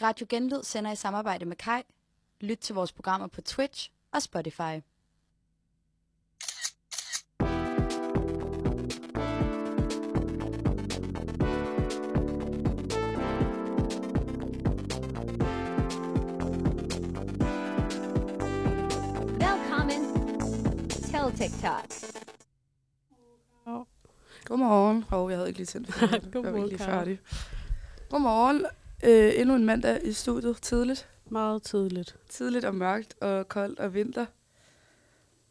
Radio Genlyd sender i samarbejde med Kai. Lyt til vores programmer på Twitch og Spotify. Velkommen til TikTok. Godmorgen. Hov, jeg havde ikke lige tændt. for den. jeg var Godmorgen, ikke lige Karen. færdig. Godmorgen. Øh, endnu en mandag i studiet. Tidligt. Meget tidligt. Tidligt og mørkt og koldt og vinter.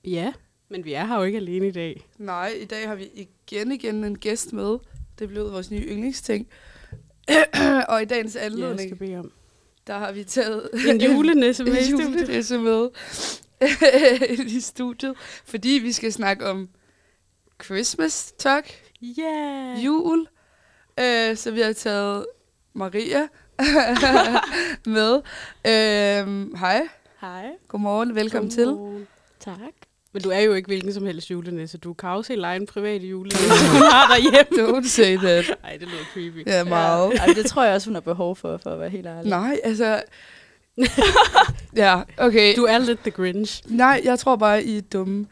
Ja, men vi er her jo ikke alene i dag. Nej, i dag har vi igen igen en gæst med. Det blev vores nye yndlingsting. og i dagens Jeg anledning, skal bede om der har vi taget en julenisse med i en studiet. julenisse med i studiet, fordi vi skal snakke om Christmas talk. Ja! jul. Øh, så vi har taget Maria med. Øh, hej, Hej. godmorgen, velkommen til. Godmorgen. Tak. Men du er jo ikke hvilken som helst julenisse. Du kan også hele egen private julenisse, hun har derhjemme. Don't say that. Nej, det lyder creepy. Ja, meget. Ej, det tror jeg også, hun har behov for, for at være helt ærlig. Nej, altså... ja, okay. Du Du... er lidt The Grinch. Nej, jeg tror bare, I er dumme.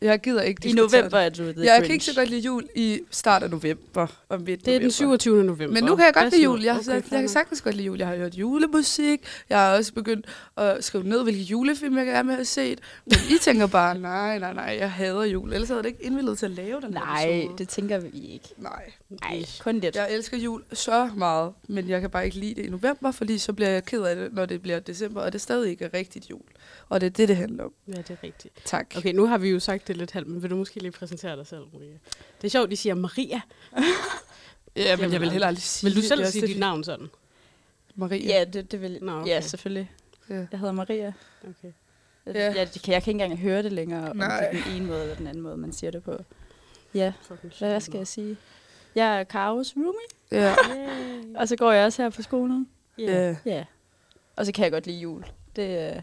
Jeg gider ikke I diskutere november er du the Det. Jeg Grinch. kan ikke så godt lide jul i start af november. Og midt Det er november. den 27. november. Men nu kan jeg godt lide Pas jul. Jeg, Okay, fair okay, jeg, jeg kan nok. sagtens godt lide jul. Jeg har hørt julemusik. Jeg har også begyndt at skrive ned, hvilke julefilm jeg gerne vil have set. Men I tænker bare, nej, nej, nej, jeg hader jul. Ellers havde jeg ikke indvildet til at lave den her Nej, episode. det tænker vi ikke. Nej. Nej, kun lidt. Jeg elsker jul så meget, men jeg kan bare ikke lide det i november, fordi så bliver jeg ked af det, når det bliver december, og det stadig ikke er rigtigt jul. Og det er det, det handler om. Ja, det er rigtigt. Tak. Okay, nu har vi jo sagt det lidt halvt, men vil du måske lige præsentere dig selv, Maria? Det er sjovt, de siger Maria. Ja, men vil jeg vil jeg. heller aldrig sige Vil du det. selv Det er sige også dit det, navn sådan? Maria. Ja, det, det vil... Nå, okay. Ja, selvfølgelig. Ja. Jeg hedder Maria. Okay. Jeg, Ja. ja. jeg, kan, jeg kan ikke engang høre det længere, om Nej. det er den ene måde eller den anden måde, man siger det på. Ja, Fucking hvad, hvad skal jeg sige? Jeg er Karos roomie, Ja. Yeah. og så går jeg også her på skolen. Yeah. Ja. Ja. Og så kan jeg godt lide jul. Det, øh, det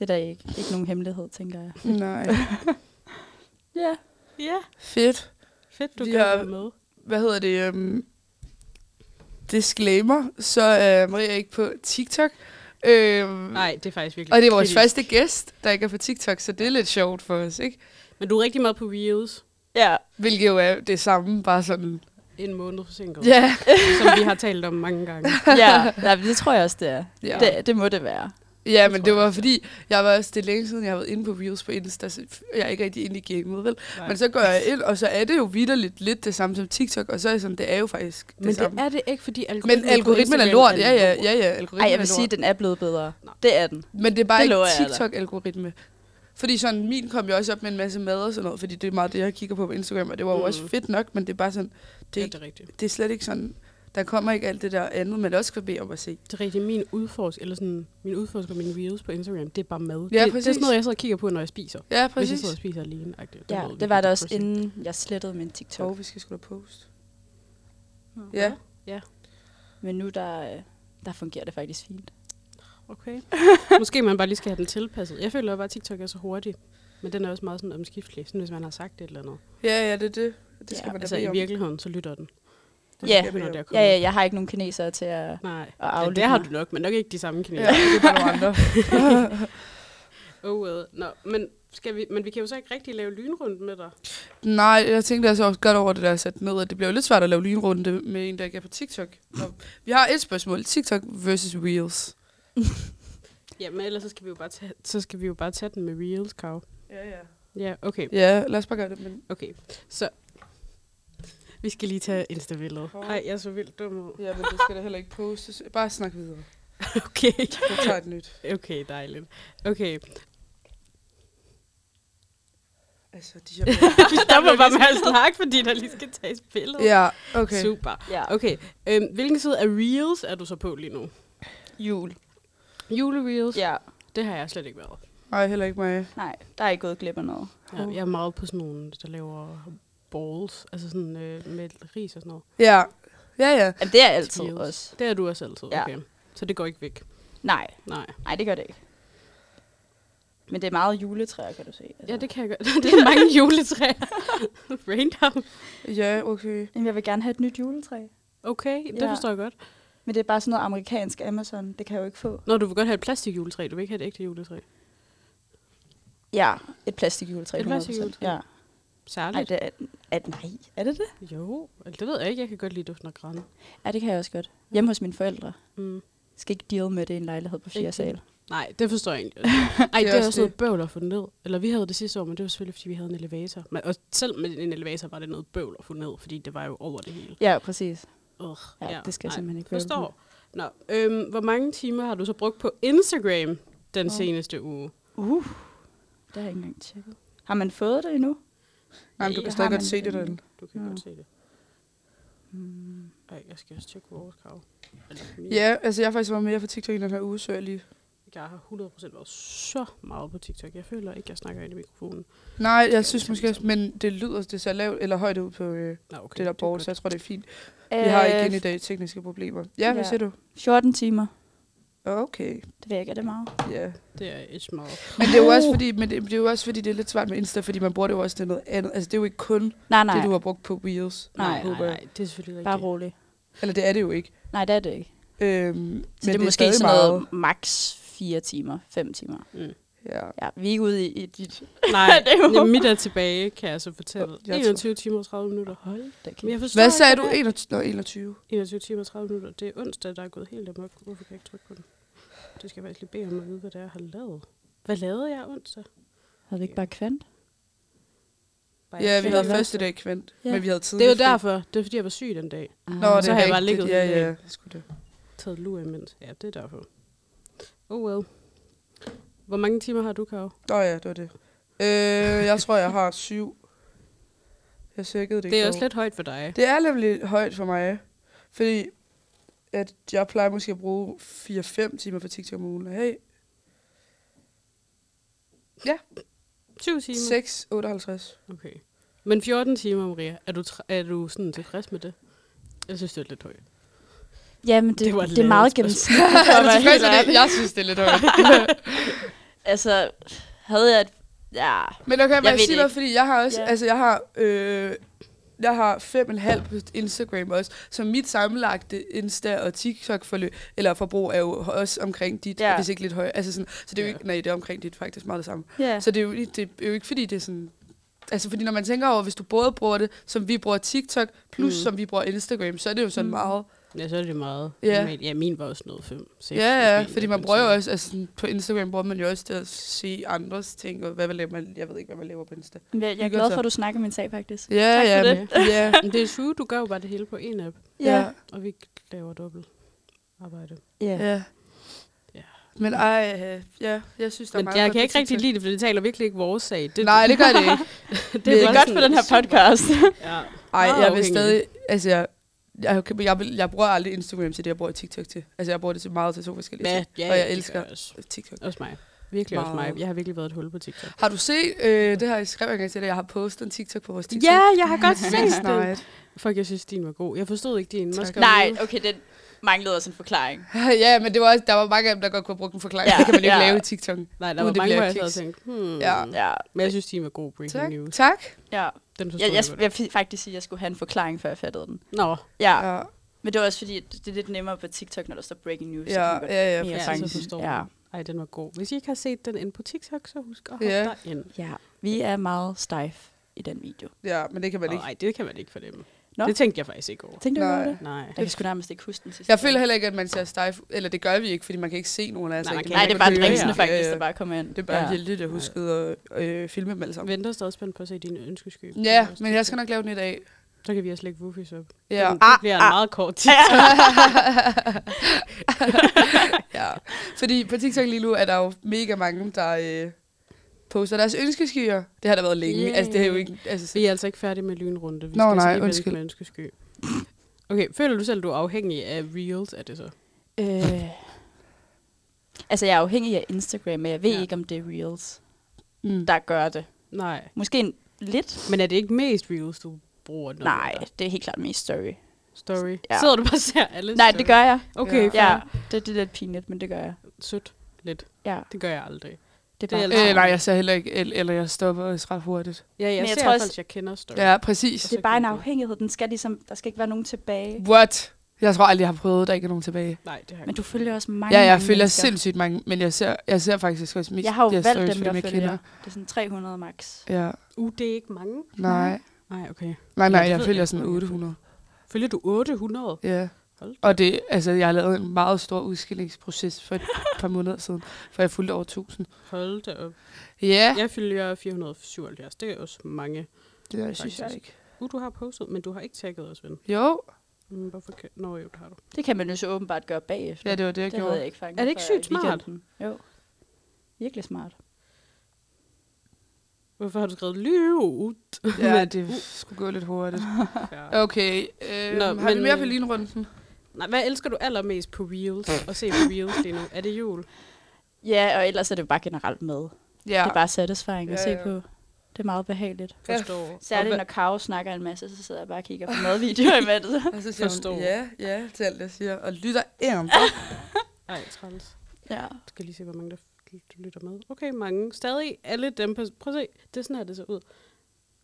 er der ikke, ikke nogen hemmelighed, tænker jeg. Nej. Ja. Ja, Fedt. fedt, du Vi kan har- være med. hvad hedder det, um, disclaimer, så er Maria ikke på TikTok. Øhm, Nej, det er faktisk virkelig Og det er vores kritisk. første gæst, der ikke er på TikTok, så det er lidt sjovt for os, ikke? Men du er rigtig meget på Reels. Ja, Hvilket jo er det samme, bare sådan... En måned forsinket. Ja, Som vi har talt om mange gange. ja. Nej, men det tror jeg også, det er. Ja. Ja. Det, det må det være. ja men tror det jeg var også, fordi, jeg var også, det er længe siden, jeg har været inde på Reels på Insta, så jeg er ikke rigtig inde i gamet, vel? Nej. Men så går jeg ind, og så er det jo vidderligt lidt det samme som TikTok, og så er jeg sådan, det er jo faktisk det Men det samme. er det ikke, fordi algoritmen, men algoritmen er lort, ja, ja, ja, ja, algoritmen Ej, jeg er vil sige, lort. at den er blevet bedre. Nå. Det er den. Men det er bare Det det lover ikke jeg dig. TikTok-algoritme. Fordi sådan, min kom jo også op med en masse mad og sådan noget, fordi det er meget det, jeg kigger på på Instagram, og det var jo Mm. også fedt nok, men det er bare sådan, Det, det ja, er, det ikke, er rigtigt. det er slet ikke sådan, der kommer ikke alt det der andet, man også kan bede om at se. Det er rigtigt. Min udforsk, eller sådan, min udforsk og mine reels på Instagram, det er bare mad. Ja, det, det, er præcis. sådan noget, jeg sidder og kigger på, når jeg spiser. Ja, Hvis jeg præcis. sidder og spiser alene. Ej, det, Ja, det var det også, inden jeg slettede min TikTok. Åh, oh, vi skal skulle da post. Ja. Men nu, der, øh, der fungerer det faktisk fint. Okay. Måske man bare lige skal have den tilpasset. Jeg føler bare, at TikTok er så hurtig. Men den er også meget sådan omskiftelig, sådan hvis man har sagt et eller andet. Ja, ja, det er det. Det skal ja, man da altså bede i om. virkeligheden, så lytter den. Det Ja. skal Når man det jo. er Ja, kommet. ja, jeg har ikke nogen kinesere til at... Nej, Og ja, det aflytte har mig. du nok, men nok ikke de samme kineser. Ja, det er bare nogle andre. Oh, well. Nå, men, skal vi, men vi kan jo så ikke rigtig lave lynrundt med dig. Nej, jeg tænkte altså også godt over det der sat ned, at det bliver jo lidt svært at lave lynrunde med en, der ikke er på TikTok. Nå, vi har et spørgsmål. TikTok versus Reels. Ja, men ellers så skal vi jo bare tage, så skal vi jo bare tage den med reels, Kav. Ja, ja. Ja, okay. Ja, lad os bare gøre det, men okay. Så vi skal lige tage Insta-billedet. Hov. Nej, jeg er så vildt dum ud. Ja, men det skal da heller ikke postes. Bare snak videre. Okay. Jeg tager et nyt. Okay, dejligt. Okay, Altså, de her... vi stopper bare med at snakke, fordi der lige skal tages billeder. ja, okay. Super. Ja, Okay, øhm, hvilken side af reels er du så på lige nu? jul. Julereels? Ja, Det har jeg slet ikke været. Nej, heller ikke mig. nej, der er ikke gået glip af noget. Ja, jeg er meget på sådan nogle, der laver balls, altså sådan øh, med ris og sådan noget. Ja, ja, ja. Jamen, det er altid Reels. også. Det er du også altid, Ja. okay. Så det går ikke væk. Nej, Nej. nej, det gør det ikke. Men det er meget juletræer, kan du se. Altså. Ja, det kan jeg gøre. Det er mange juletræer. Raindown. Ja, okay. Jamen, jeg vil gerne have et nyt juletræ. Okay, det Ja. forstår jeg godt. Men det er bare sådan noget amerikansk Amazon. Det kan jeg jo ikke få. Nå, du vil godt have et plastikjuletræ, du vil ikke have et ægte juletræ. Ja, et plastikjuletræ. Et 100%. plastikjuletræ. Ja. Særligt. Nej, det er, er, nej, er det det? Jo, det ved jeg ikke. Jeg kan godt lide duften af græn. Ja, det kan jeg også godt. Hjemme hos mine forældre. Mm. Skal ikke deal med det i en lejlighed på fjerde Ikke sal. Nej, det forstår jeg egentlig. Ej, det, er også også noget bøvl at få ned. Eller vi havde det sidste år, men det var selvfølgelig, fordi vi havde en elevator. Men, og selv med en elevator var det noget bøvl at få ned, fordi det var jo over det hele. Ja, præcis. Ugh, Ja, det skal jeg nej, simpelthen ikke være Forstår. Nå, øhm, hvor mange timer har du så brugt på Instagram den seneste uge? Uh, det har jeg ikke engang tjekket. Har man fået det endnu? Nej, men du Ja, kan stadig har godt man se det den. derinde. Du kan Nå. godt se det. Mm. Ej, jeg skal også tjekke vores krav. Ja, altså jeg har faktisk været mere på TikTok i den her uge, så jeg lige... Jeg har 100% været så meget på TikTok. Jeg føler ikke, jeg snakker ind i mikrofonen. Nej, jeg synes måske også, men det lyder, det ser lavt eller højt ud på øh, Nå, okay. det der er board, godt. så jeg tror, det er fint. Vi har igen i dag tekniske problemer. Ja, hvad Øh, ja. siger du? 14 timer. Okay, Det ved jeg ikke, er det meget? ja. Det er ikke meget. Men det er jo også fordi, men det, det er jo også fordi, det er lidt svært med Insta, fordi man bruger det jo også til noget andet. Altså, det er jo ikke kun Nej. Nej, nej. det, du har brugt på Reels. Nej, nej, håber jeg. nej, det er selvfølgelig rigtigt. Bare rolig. Eller det er det jo ikke. Nej, det er det ikke. Øhm, Så det er måske stadig sådan noget meget- maks 4 timer, 5 timer. Mm. Ja. Ja, vi er ikke ude i, i dit... Nej, Det er jo- det mit er tilbage, kan jeg så fortælle. Jeg tror- 21 timer og 30 minutter. Hold da kæft. Men jeg forstår Hvad ikke, sagde du? hvorfor- 21, Nå, 21. 21 timer og 30 minutter. Det er onsdag, der er gået helt amok. Hvorfor kan jeg ikke trykke på den? Det skal jeg faktisk lige bede om at vide, hvad det er, jeg har lavet. Hvad lavede jeg onsdag? Havde vi ikke bare kvant? Var jeg Ja, vi syg havde den første dag kvant, Ja. men vi havde tidligt Det er jo fri. derfor. Det er fordi, jeg var syg den dag. Nå, det Så er har jeg bare rigtigt. ligget Ja, hele ja. dagen. Sgu da. Taget lur imens. Ja, det er derfor. Oh well. Hvor mange timer har du, Karo? Nå ja, det var det. Øh, jeg tror, jeg har syv. Jeg tjekkede det Det i er går. også lidt højt for dig. Det er nemlig højt for mig, fordi at jeg plejer måske at bruge 4-5 timer på TikTok om ugen. Hey, 7 timer. 6, 58. Okay. Men 14 timer, Maria. Er du, tr- er du sådan tilfreds med det? Jeg synes, det er lidt højt. Jamen, det, Det var et det, det er lavet meget spørgsmål. gennemsigtigt. for Er at du være tilfreds helt med det? ærlig. Jeg synes, det er lidt højt. Altså, havde jeg... et- Ja, Men okay, Jeg jeg ved sige det noget, fordi jeg har også, Ja. altså jeg har, øh, jeg har fem og en halv på Instagram også, så mit sammenlagte Insta og TikTok forløb, eller forbrug er jo også omkring dit, Ja. ja. hvis ikke lidt højere. Altså sådan, så det er jo Ja. ikke, nej, det er omkring dit faktisk meget det samme. ja. Så det er, jo, ikke- det er jo ikke, fordi det er sådan... Altså, fordi når man tænker over, hvis du både bruger det, som vi bruger TikTok, plus Mm. mm. som vi bruger Instagram, så er det jo sådan Mm. mm. meget... Ja, så er det meget. Ja. normalt. ja min var også noget 5, 6. Ja, ja, fordi man bruger jo også... Altså, sådan, på Instagram bruger man jo også til at se andres ting, og hvad man laver, man, jeg ved ikke, hvad man laver på Insta. Men Jeg, jeg er Hygger glad sig. for, at du snakker min sag, faktisk. Ja, tak ja, for men- ja, Men det er true, du gør jo bare det hele på en app, ja, og vi laver dobbelt arbejde. ja. ja. Ja. Men ej, øh, ja, jeg synes, der er Men meget jeg godt kan på ikke rigtig TikTok. lide det, for det taler virkelig ikke vores sag. Det, Nej, det gør det ikke. det, Det er bare godt sådan for den her super- podcast. Ja. Ej, Meget jeg vil afhængig. stadig... Altså, jeg, jeg, jeg, jeg, vil- jeg bruger aldrig Instagram til det, jeg bruger TikTok til. Altså, jeg bruger det til meget til to forskellige Ja, ting. ja, og ja, jeg det elsker gør jeg Også. TikTok. også mig. Virkelig også mig. Meget. Jeg har virkelig været et hul på TikTok. Har du set, øh, det har jeg skrevet engang til dig, jeg har postet en TikTok på vores TikTok. Ja, jeg har godt set den. Snart. Fuck, jeg synes, din var god. Jeg forstod ikke din. Måske Nej, okay, det manglede også en forklaring. ja, men det var også, der var mange af dem, der godt kunne have brugt en forklaring. Ja, Ja, det kan man ikke ja. ja. lave i TikTok. Nej, der var Uden Uh, det mange, bliver hvor jeg sad og kiks. tænkte, hmm. Ja. Ja, Men jeg synes, din var god breaking Tak. news. tak. ja. Den forstod Jeg, jeg, jeg, godt. jeg vil faktisk sige, at jeg skulle have en forklaring, før jeg fattede den. Nå, Ja, Ja, men det var også fordi, at det er lidt nemmere på TikTok, når der står breaking news. så ja, kan man godt- ja, ja. Ja. ja, fangen. så forstår Ja. man. Ej, den var god. Hvis I ikke har set den inde på TikTok, så husk at hoppe Ja. derind. ja. Vi er meget stejf i den video. ja, men det kan man ikke. Nej, det kan man ikke fornemme. Nå. Nå. Det tænkte jeg faktisk ikke over. Tænkte du Nej. over det? Nej. Jeg kan sgu nærmest ikke huske den sidste. Jeg føler heller ikke, at man ser stejf, eller det gør vi ikke, fordi man kan ikke se nogen af os. Nej, man rigtig. kan Nej, Man det ikke er bare kun høre drinksene jer. høre, faktisk, ja, der ja. bare kommer ind. Det er bare ja. ja. Jelle, der huskede at øh, filme dem alle sammen. Venter stadig spændt på at se dine ønskesky. Ja, men jeg skal nok lave den i dag. Så kan vi også lægge woofies op. Ja. Ah, Den, det bliver en meget kort tid. ja. Fordi på TikTok lige nu er der jo mega mange, der øh, poster deres ønskeskyer. Det har der været længe. Yay. Yeah. Altså, det er jo ikke... Altså, Vi er altså ikke færdige med lynrunde. Vi Nå, skal nej, lige vente undskyld. Med ønskesky. Okay, føler du selv, du er afhængig af reels, er det så? Øh. Altså, jeg er afhængig af Instagram, men jeg ved Ja. ja. ikke, om det er Reels, mm. der gør det. Nej. Måske en lidt? Men er det ikke mest reels, du bruger? når du Nej, er der? det er helt klart mest story. Story. Ja. Ja. Sidder du bare og ser alle Nej, story? det gør jeg. Okay, Ja, ja. det, det er lidt pinligt, men det gør jeg. Sødt. Lidt. Ja, Det gør jeg aldrig. det er Det er bare... altid- Øh, nej, jeg ser heller ikke, el- eller jeg stopper også ret hurtigt. Ja, jeg, Men jeg jeg ser tror i hvert fald, også- at jeg kender story. Ja, præcis. det er bare en afhængighed. Den skal ligesom, der skal ikke være nogen tilbage. What? Jeg tror aldrig, jeg har prøvet, der ikke er nogen tilbage. Nej, det har jeg Men ikke. du følger også mange Ja, jeg mange følger mennesker. sindssygt mange, men jeg ser, jeg ser faktisk også mest Jeg har jo de her valgt stories, dem, fordi der jeg følger. kender. Det er sådan 300 max. Ja, Uh, det er ikke mange. nej. Nej, okay. Nej, nej, det jeg ved følger jeg sådan ikke. 800. Følger du 800? Ja. Hold Og det, altså, jeg har lavet en meget stor udskillingsproces for et par måneder siden, for jeg fulgte over 1000. Hold da op. Ja, Jeg følger 477. Det er også mange. det synes jeg faktisk. ikke. Uh, du har postet, men du har ikke tagget os, ven. Jo, Mm, Hvorfor kan... Nå, jo, det har du. Det kan man jo så åbenbart gøre bagefter. ja, det var det, jeg det havde gjorde. jeg ikke fanget Er det ikke før i sygt smart? weekenden. Jo. Virkelig smart. Hvorfor har du skrevet Uh, liv ud? Ja, det skulle gå lidt hurtigt. Okay, øh, Nå, Nå, har men... vi men, mere øh, på linrunden? Nej, hvad elsker du allermest på Reels? At se på Reels lige nu. Er det jul? Ja, og ellers er det bare generelt med. Ja. Ja. Det er bare satisfying at Ja, se ja. på. Det er meget behageligt. Forstår. Særligt hvad- når Karo snakker en masse, så sidder jeg bare og kigger på madvideoer imens. Og så siger Forstår. hun, ja, ja, til alt, jeg siger, og lytter ærmt. Nej, træls. ja. Jeg skal lige se, hvor mange der du lytter med. Okay, mange. Stadig alle dem på... Prøv at se. Det er sådan her, det ser ud.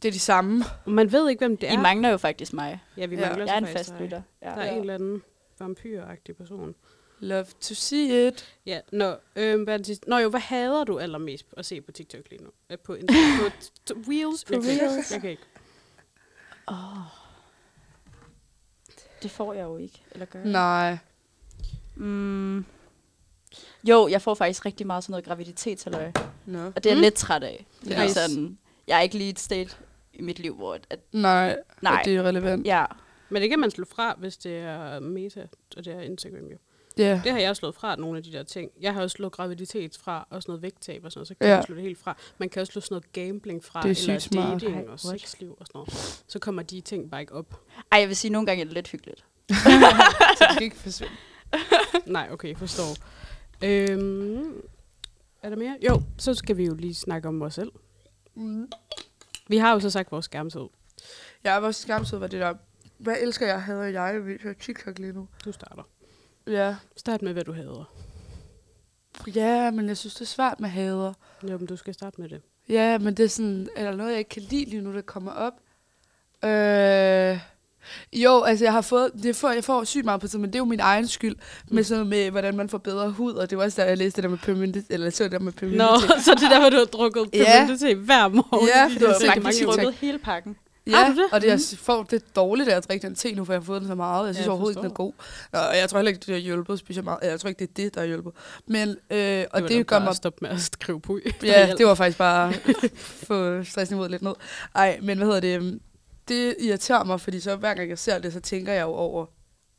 Det er de samme. Og man ved ikke, hvem det I er. mangler jo faktisk mig. ja, vi Ja. mangler Jeg så er en faktisk fast dig. lytter. Ja. Der er en eller anden vampyragtig person. Love to see it. Ja, nå, øh, hvad er det sidste? Nå jo, hvad hader du allermest at se på TikTok lige nu? Øh, På, Insta- på t- t- Reels? På Jeg kan ikke. Reels. Jeg kan ikke. Det får jeg jo ikke. Eller gør jeg? Nej. Mm. Jo, jeg får faktisk rigtig meget sådan noget graviditetshalløj. No. Og det er jeg Mm. lidt træt af. Fordi Ja. ja. sådan, jeg er ikke lige et sted i mit liv, hvor... At, at, Nej, nej, Og det er relevant. ja. Men det kan man slå fra, hvis det er meta, og det er Instagram jo. Ja. Det har jeg slået fra, nogle af de der ting. Jeg har også slået graviditet fra, og sådan noget vægttab og sådan noget, så kan Ja. ja. man slå det helt fra. Man kan også slå sådan noget gambling fra, Det er eller sygt smart. dating Ej, og what? sexliv og sådan noget. Så kommer de ting bare ikke op. Ej, jeg vil sige, nogle gange er det lidt hyggeligt. Så det skal ikke forsvinde. Nej, okay, forstår. Øhm, er der mere? Jo, så skal vi jo lige snakke om vores selv. Mm. Vi har jo så sagt vores skærmtid. Jeg er vores skamsød, var det der. Hvad elsker jeg, hader jeg, vi hører TikTok lige nu. Du starter. Ja. Start med, hvad du hader. Ja, men jeg synes, det er svært med hader. Jo, men du skal starte med det. Ja, men det er sådan, er der noget, jeg ikke kan lide lige nu, der kommer op? Øh, jo, altså jeg har fået, det får, jeg får sygt meget på tid, men det er jo min egen skyld, med sådan noget med, hvordan man får bedre hud, og det var også der, jeg læste det der med permanent, eller så det der med permanent. Nå, så det er derfor, du har drukket Mm. Ja. pimento te hver morgen. Ja, for fordi det du var har mange rigtig mange år. TikTok. drukket hele pakken. Ja, Har du det? og det, jeg får det dårligt, at jeg drikker den te nu, for jeg har fået den så meget. Jeg synes jeg ja, overhovedet ikke, den er god. Nå, og jeg tror heller ikke, det har hjulpet specielt meget. Jeg tror ikke, det er det, der har hjulpet. Men, øh, og var det, da det gør bare mig at stoppe med at skrive på. Ja, det var faktisk bare få stressniveauet lidt ned. Ej, men hvad hedder det? øhm, Det irriterer mig, fordi så hver gang jeg ser det, så tænker jeg jo over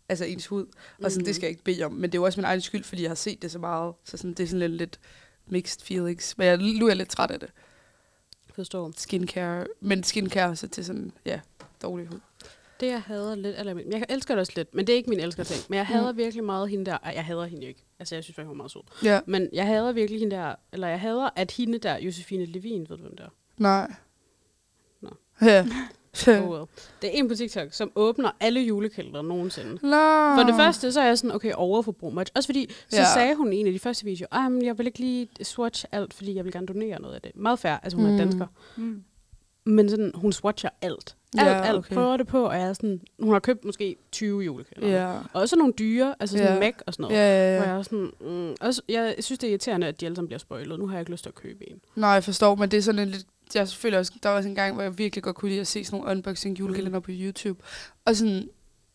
altså ens hud. Og sådan, Mhm. det skal jeg ikke bede om. Men det er jo også min egen skyld, fordi jeg har set det så meget. Så sådan, det er sådan lidt, lidt mixed feelings. Men jeg, nu er jeg lidt træt af det. Forstår. Skincare. Men skincare er så til sådan, ja, dårlig hud. Det, jeg hader lidt, eller men jeg elsker det også lidt, men det er ikke min elsker ting. Men jeg Mm. hader virkelig meget hende der, Ej, jeg hader hende jo ikke. Altså, jeg synes faktisk, hun er meget sød. Ja, Men jeg hader virkelig hende der, eller jeg hader, at hende der, Josefine Levin, ved du hvem der nej. Nå. Ja. oh, well. Det er en på TikTok, som åbner alle julekalendere nogensinde. Nå. For det første, så er jeg sådan, okay, overforbrug mig. Også fordi, så Ja. Ah. ja. sagde hun i en af de første videoer, at jeg vil ikke lige swatch alt, fordi jeg vil gerne donere noget af det. Meget fair, altså hun mm. Mm. er dansker. Mm. Men sådan, hun swatcher alt. Alt, Ja, ja, okay. alt okay. prøver det på, og jeg er sådan, hun har købt måske 20 julekalender. Ja. Og også nogle dyre, altså sådan Ja. ja. Mac og sådan noget. Ja, ja, Hvor ja. jeg, er sådan, mm, også, jeg synes, det er irriterende, at de alle sammen bliver spoilet. Nu har jeg ikke lyst til at købe en. Nej, jeg forstår, men det er sådan en lidt... Jeg selvfølgelig også, der var også en gang, hvor jeg virkelig godt kunne lide at se sådan nogle unboxing julekalender Mm. på YouTube. Og sådan,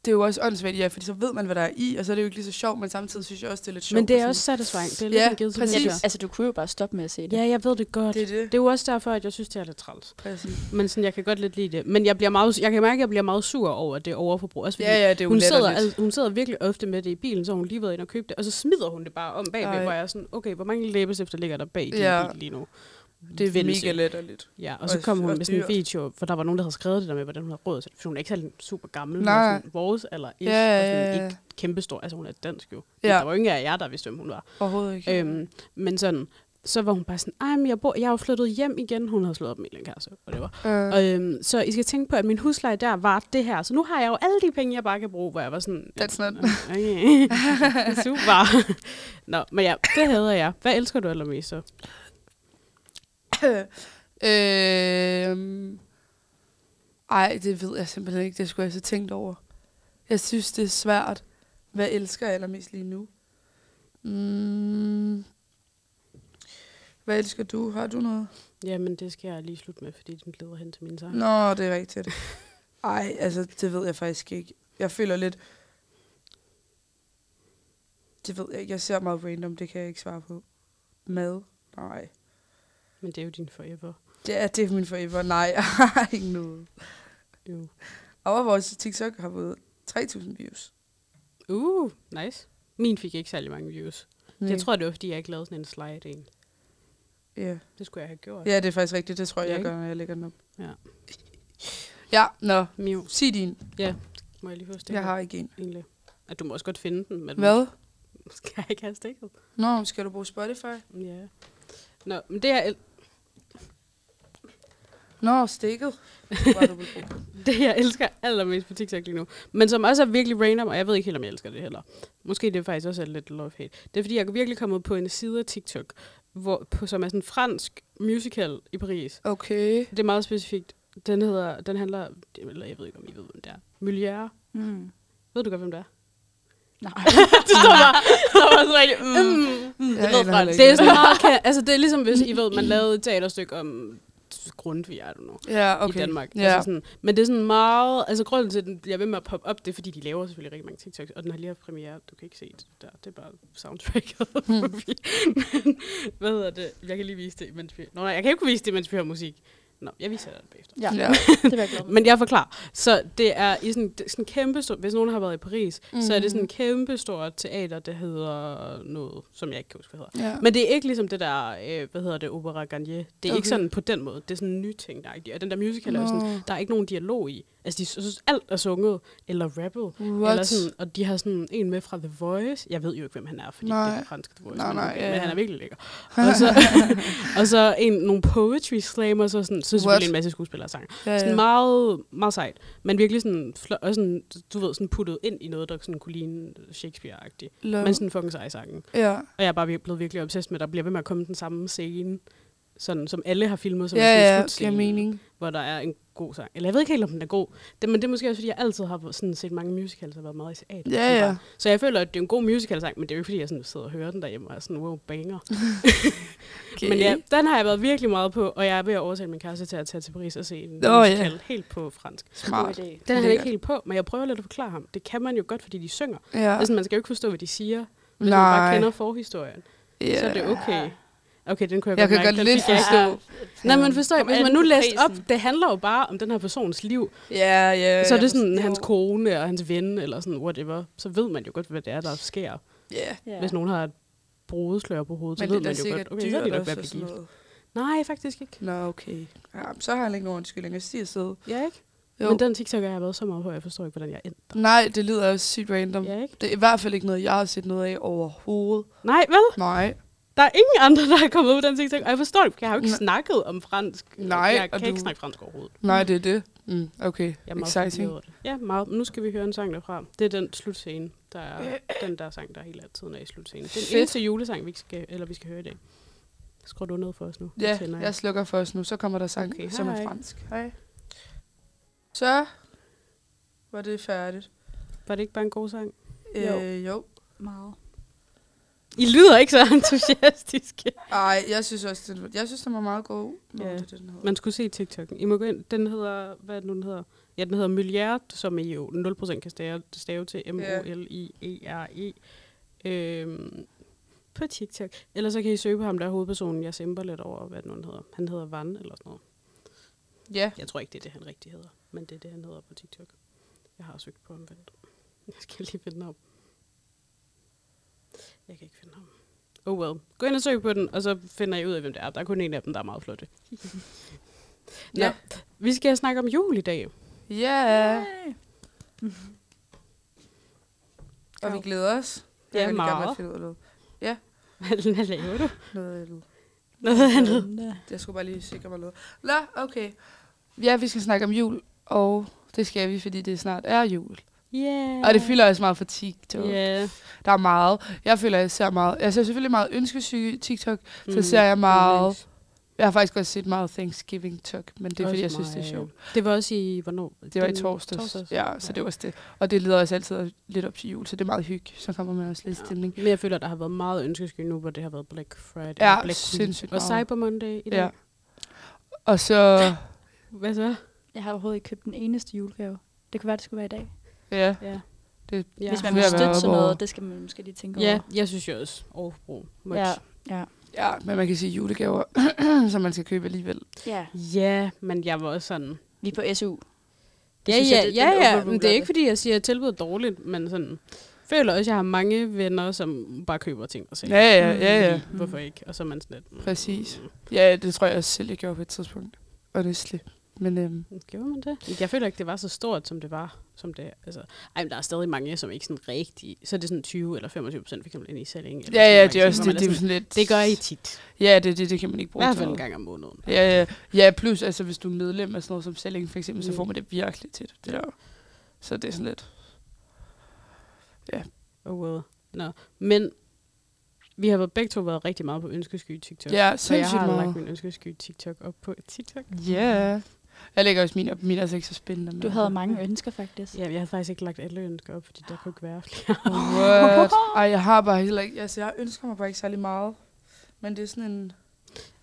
det er jo også åndssvagt, ja, fordi så ved man, hvad der er i, og så er det jo ikke lige så sjovt, men samtidig synes jeg også, det er lidt sjovt. Men det er og også sådan- satisfying. Det er Ja, lidt en givet præcis. Ja, situation. du, altså, du kunne jo bare stoppe med at se det. Ja, jeg ved det godt. Det er Det, det. det er jo også derfor, at jeg synes, det er lidt træls. Præcis. Men sådan, jeg kan godt lidt lide det. Men jeg, bliver meget, jeg kan mærke, at jeg bliver meget sur over det overforbrug. Også fordi Ja, ja, det er jo hun, sidder, latterligt. al- hun sidder virkelig ofte med det i bilen, så har hun lige været ind og købt det. Og så smider hun det bare om bagved, Ej. Ej. hvor jeg er sådan, okay, hvor mange læbestifter ligger der bag i din Ja. ja. bil lige nu? Det er Vindelse. mega latterligt. Ja, og Og så kom s- hun og med sådan en dyrt. video, for der var nogen, der havde skrevet det der med, hvordan hun havde råd til det, for hun er ikke særlig super gammel. Hun Nej. er sådan vores eller is, Ja, ja, og sådan ja, ja. ikke kæmpestor. Altså hun er dansk jo. Ja. Ja. Der var jo ingen af jer, der vidste, hvem hun var. Overhovedet ikke. Øhm, men sådan, så var hun bare sådan, ej, men jeg, bor, jeg er jo flyttet hjem igen. Hun havde slået op med en kæreste, og det var. øh, Og, øhm, så I skal tænke på, at min husleje der var det her. Så nu har jeg jo alle de penge, jeg bare kan bruge, hvor jeg var sådan... That's not- Okay. Super. Nå, men ja, det hader jeg. Hvad elsker du allermest så? øhm, ej, det ved jeg simpelthen ikke. Det skulle jeg så tænkt over. Jeg synes, det er svært. Hvad elsker jeg allermest lige nu? Mm. Hvad elsker du? Har du noget? Jamen, det skal jeg lige slutte med, fordi den leder hen til min sang. Nå, det er rigtigt. Ej, altså, det ved jeg faktisk ikke. Jeg føler lidt... Det ved jeg ikke. Jeg ser meget random, det kan jeg ikke svare på. Mad? Nej. Men det er jo din forever. Det er, det er min forever. Nej, jeg har ikke noget. Jo. Og vores TikTok har fået 3.000 views. Uh, nice. Min fik ikke særlig mange views. Nej. Jeg tror, det var, fordi jeg ikke lavede sådan en slide en. Ja. Det skulle jeg have gjort. ja, det er faktisk rigtigt. Det tror jeg, Ja, jeg ikke? gør, når jeg lægger den op. Ja. Ja, nå. Miu. Sig din. Må jeg lige få stikket? Jeg har ikke en. Egentlig. At du må også godt finde den, men Hvad? skal jeg ikke have stikket? Nå, skal du bruge Spotify? Ja. Nå, men det jeg, el- Nå, stikket. Det var, du ville bruge. det, jeg elsker allermest på TikTok lige nu, men som også er virkelig random, og jeg ved ikke helt, om jeg elsker det heller. Måske det faktisk også er lidt love-hate. Det er, fordi jeg er virkelig kommet på en side af TikTok, hvor, på, som er sådan en fransk musical i Paris. Okay. Det er meget specifikt. Den hedder, den handler, eller jeg ved ikke, om I ved, hvem det er. Molière. Mm. Ved du godt, hvem det er? Nej. det står bare, der var sådan rigtig, mm, Mm, ved fransk. Det er sådan meget, kan, altså det er ligesom hvis I ved, man lavede et teaterstykke om Grundtvig, I don't know, Ja, okay. okay. i Danmark. Ja. Altså sådan, men det er sådan meget, altså grunden til, at den bliver ved med at poppe op, det er fordi, de laver selvfølgelig rigtig mange TikToks, og den har lige haft premiere, du kan ikke se det der, det er bare soundtracket. Hmm. men, hvad hedder det? Jeg kan lige vise det, mens vi... Nå nej, jeg kan ikke vise det, mens vi hører musik. Nå, jeg viser dig det bagefter. Ja, Ja. det vil jeg glad for. Men jeg forklarer. Så det er i sådan, det er sådan kæmpe stor, hvis nogen har været i Paris, mm. så er det sådan en kæmpe stor teater, der hedder noget, som jeg ikke kan huske, hvad hedder. Ja. Men det er ikke ligesom det der, øh, hvad hedder det, Opera Garnier. Det er okay. Okay. ikke sådan på den måde. Det er sådan en ny ting, der er ikke. Og den der musical er jo sådan, Nå. der er ikke nogen dialog i. Altså, de synes, alt er sunget, eller rappet. What? Eller sådan, og de har sådan en med fra The Voice. Jeg ved jo ikke, hvem han er, fordi nej. det er Nej. den franske The Voice. Nej, men, nej, ja, men ja. han er virkelig lækker. Og så, og så en, nogle poetry slammers og sådan. Så er selvfølgelig en masse skuespillere og sanger. Ja, ja. Sådan meget, meget sejt. Men virkelig sådan, fl- også sådan, du ved, sådan puttet ind i noget, der sådan kunne ligne Shakespeare-agtigt. Love. Men sådan fucking sej sangen. ja. Og jeg er bare vir- blevet virkelig obsessed med, at der bliver ved med at komme den samme scene, sådan, som alle har filmet, som ja, er sådan en ja, slutscene, giver mening. hvor der er en god sang. Eller jeg ved ikke helt, om den er god, det, men det er måske også, fordi jeg altid har sådan set mange musicals, og været meget i teater. Ja, Sådan ja. bare. Så jeg føler, at det er en god musicalsang, men det er jo ikke, fordi jeg sådan sidder og hører den derhjemme og er sådan, wow, banger. Okay. Men ja, den har jeg været virkelig meget på, og jeg er ved at overtale min kæreste til at tage til Paris og se en Nå, ja. musical helt på fransk. God Smart. idé. Den er han ikke Lækkert. helt på, men jeg prøver lidt at forklare ham. Det kan man jo godt, fordi de synger. Ja. Ja. Altså, man skal jo ikke forstå, hvad de siger. Hvis man bare Nej. kender forhistorien, Ja. yeah. så er det okay. Okay, den kunne jeg, Jeg kan mærke, godt den lidt fik jeg ikke. forstå. Nej, men forstår jeg, Kom hvis man an nu på læste op, prisen. det handler jo bare om den her persons liv. Ja, Øh, ja. Så er jeg det sådan forstår. hans kone og hans ven, eller sådan whatever. Så ved man jo godt, hvad det er, der sker. Ja. Ja. Hvis nogen har et brodeslør på hovedet, så Men ved det man er jo sikkert godt, okay, så er de dyrt nok også været og sådan begift. noget. Nej, faktisk ikke. Nå, okay. Ja, men så har han ikke nogen undskyldning. Jeg siger sidde. Ja, ikke? Jo. Men den TikTok har jeg været så meget på, jeg forstår ikke, hvordan jeg endte der. Nej, det lyder også sygt random. Ja, ikke? Det er i hvert fald ikke noget, jeg har set noget af overhovedet. Nej, vel? Nej. Der er ingen andre, der er kommet ud af den TikTok. Og jeg forstår det, for jeg har jo ikke Nej. snakket om fransk. Nej, Jeg og kan ikke du- snakke fransk overhovedet. Nej, det er det. Mm, okay. Jeg er meget Exciting. forvirret over det. Ja, meget. Nu skal vi høre en sang derfra. Det er den slutscene, der er den der sang, der hele tiden er i slutscenen. Den Fedt. eneste julesang, vi ikke skal, eller vi skal høre i dag. Skru du ned for os nu. Ja, Nu tænder jeg slukker først nu. Så kommer der sang, Okay, okay, som er hej. fransk. Hej. Så var det færdigt. Var det ikke bare en god sang? Jo. Øh, jo. Meget. I lyder ikke så entusiastiske. Ej, jeg synes også, den, jeg synes, den var meget god. Nå, Ja. det er det, den hedder. Man skulle se TikTok'en. I må gå ind. Den hedder, hvad er det nu, den hedder? Ja, den hedder Milliard, som I jo 0% kan stave, stave til M-O-L-I-E-R-E. E Øhm, på TikTok. Eller så kan I søge på ham, der er hovedpersonen. Jeg simper lidt over, hvad den nu, han hedder. Han hedder Van eller sådan noget. ja. Jeg tror ikke, det er det, han rigtig hedder. Men det er det, han hedder på TikTok. Jeg har søgt på ham. vent. Jeg skal lige finde ham. Jeg kan ikke finde ham. Oh well. Gå ind og søg på den, og så finder I ud af, hvem det er. Der er kun en af dem, der er meget flotte. Nå, Ja. vi skal snakke om jul i dag. Ja. Og vi glæder os. Ja, Jeg kan lige gerne meget. finde ud af noget. Hvad hvad laver du? Noget, noget. Noget andet. Jeg skulle bare lige sikre mig noget. Nå, okay. Ja, vi skal snakke om jul, og det skal vi, fordi det snart er jul. Yeah. Og det fylder også meget for TikTok. Ja. Der er Mm, meget. Jeg føler, jeg ser meget. Jeg ser selvfølgelig meget ønskesyge TikTok. Så ser jeg meget Jeg har faktisk også set meget Thanksgiving Talk, men det er Også fordi, jeg synes, det er mig. sjovt. Det var også i, hvornår? Det var i Den- torsdags. torsdags. Ja, så det var også det. Og det leder også altid lidt op til jul, så det er meget hygge. Så kommer man også lidt i stemning. Men jeg føler, at der har været meget ønskesky nu, hvor det har været Black Friday, Ja, Black sindssygt og meget. Cyber Monday i dag. Ja. Og så... Hvad så? Jeg har overhovedet ikke købt den eneste julegave. Det kunne være, det skulle være i dag. Ja, Ja. Det- ja. Hvis man Ved vil at være støtte oppe sådan over. noget, det skal man måske lige tænke ja, over. jeg synes jo også overforbrug. Much. Ja. ja, men man kan sige julegaver, som man skal købe alligevel. Ja. ja, men jeg var også sådan... Vi er på SU. Ja, synes ja, jeg, det- ja, den ja. overruler Men det er ikke, det. fordi jeg siger, at tilbuddet er dårligt, men sådan... føler også, at jeg har mange venner, som bare køber ting og siger, Ja, ja, ja, ja. "Fordi, Hvorfor ikke? Og så er man sådan lidt... mm, Præcis. Ja, det tror jeg også selv, jeg gjorde på et tidspunkt. Honestly. Men øhm, Gjorde man det? Jeg føler ikke, det var så stort, som det var. Som det, altså, ej, men der er stadig mange, som ikke sådan rigtig... Så er det sådan 20 eller 25 procent, for eksempel, ind i salg. ja, ja, det er også det, det er Sådan, sådan lidt... det gør I tit. Ja, det, det, det kan man ikke I bruge hvert til fald en noget. gang om måneden. Ja, ja, ja, plus altså, hvis du er medlem af sådan noget som Selling, for eksempel, så Mm. får man det virkelig tit. Det der. Så det er sådan lidt... Oh well. Nå. Men vi har været- begge to været rigtig meget på ønskesky TikTok. Ja, så jeg sindssygt har lagt meget. min ønskesky TikTok op på TikTok. Ja. Jeg lægger også min op. Min er altså ikke så spændende. men- Du havde mange ønsker, faktisk. Ja, jeg har faktisk ikke lagt alle ønsker op, fordi der kunne ikke være flere. What? Ej, jeg har bare heller ikke... Altså, jeg ønsker mig bare ikke særlig meget. Men det er sådan en...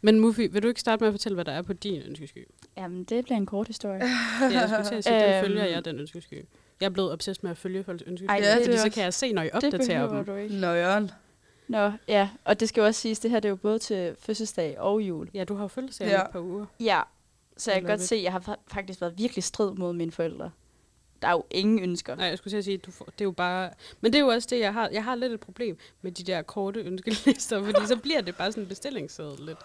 Men Mufi, vil du ikke starte med at fortælle, hvad der er på din ønskesky? Jamen, det bliver en kort historie. Ja, jeg skulle til at sige, den Øhm. følger jeg, den ønskesky. Jeg er blevet obsessed med at følge folks ønskesky, Ej, Ej, ja, ja, det fordi er så også- kan jeg se, når I det opdaterer behøver dem. du ikke. Nøjeren. Nå, ja. Og det skal jo også siges, det her det er jo både til fødselsdag og jul. Ja, du har jo fødselsdag Ja. ja. et par uger. Ja, så I jeg kan love godt it. se, at jeg har fa- faktisk været virkelig strid mod mine forældre. Der er jo ingen ønsker. Nej, jeg skulle til at sige, du får, det er jo bare... Men det er jo også det, jeg har. Jeg har lidt et problem med de der korte ønskelister, fordi så bliver det bare sådan en bestillingsseddel lidt.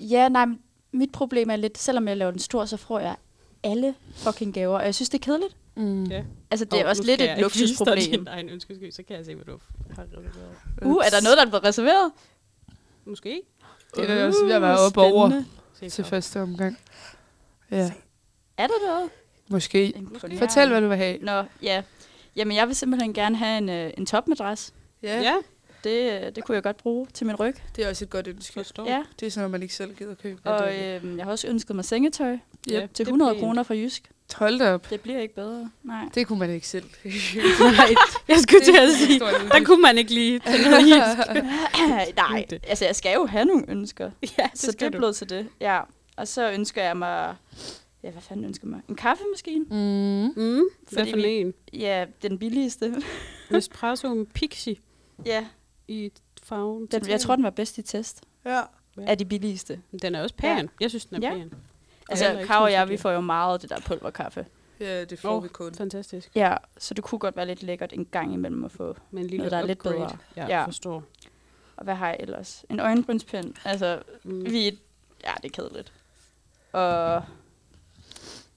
Ja, nej, men mit problem er lidt, selvom jeg laver den stor, så får jeg alle fucking gaver, og jeg synes, det er kedeligt. Mm. Ja. Altså, det er Hov, oh, også nu lidt skal et jeg ikke vise dig luksusproblem. Din egen ønskesky, så kan jeg se, hvad du har reserveret. Øh, Uh, er der noget, der er blevet reserveret? Måske. Det er da også ved at Uh, være oppe over Se til på. første omgang. Ja, Er der noget? måske. Imponerende. Fortæl, hvad du vil have. Nå, ja. Jamen, jeg vil simpelthen gerne have en, øh, en topmadras. Ja, Det, øh, det kunne jeg godt bruge til min ryg. det er også et godt ønske. forstår. Ja, Det er sådan, at man ikke selv gider købe. og øh, jeg har også ønsket mig sengetøj Ja, til det er 100 pænt. kroner fra Jysk. Hold da op. Det bliver ikke bedre. Nej. Det kunne man ikke selv. Nej, jeg skulle til at sige, stor udgift. der kunne man ikke lige tænke noget helt. Nej, Det- altså jeg skal jo have nogle ønsker. Ja, så det er blevet til det, ja. Og så ønsker jeg mig... Ja, hvad fanden ønsker jeg mig? En kaffemaskine? Mm. Mm, hvad Fordi for vi- en? Ja, den billigste. Nespresso med pixie ja, i farven. den, jeg tror, den var bedst i test. Ja. Ja. Af de billigste. den er også pæn. Jeg synes, den er Ja. pæn. heller Altså, ikke Kav og tusind jeg, vi dyr. får jo meget af det der pulverkaffe. ja, det får vi kun. Fantastisk. Ja, så det kunne godt være lidt lækkert en gang imellem at få. Men en lille Noget, der er lidt upgrade. bedre. Ja, Ja. forstår. Og hvad har jeg ellers? En øjenbrynspind. Altså, Mm. vi... Ja, det er kedeligt. Og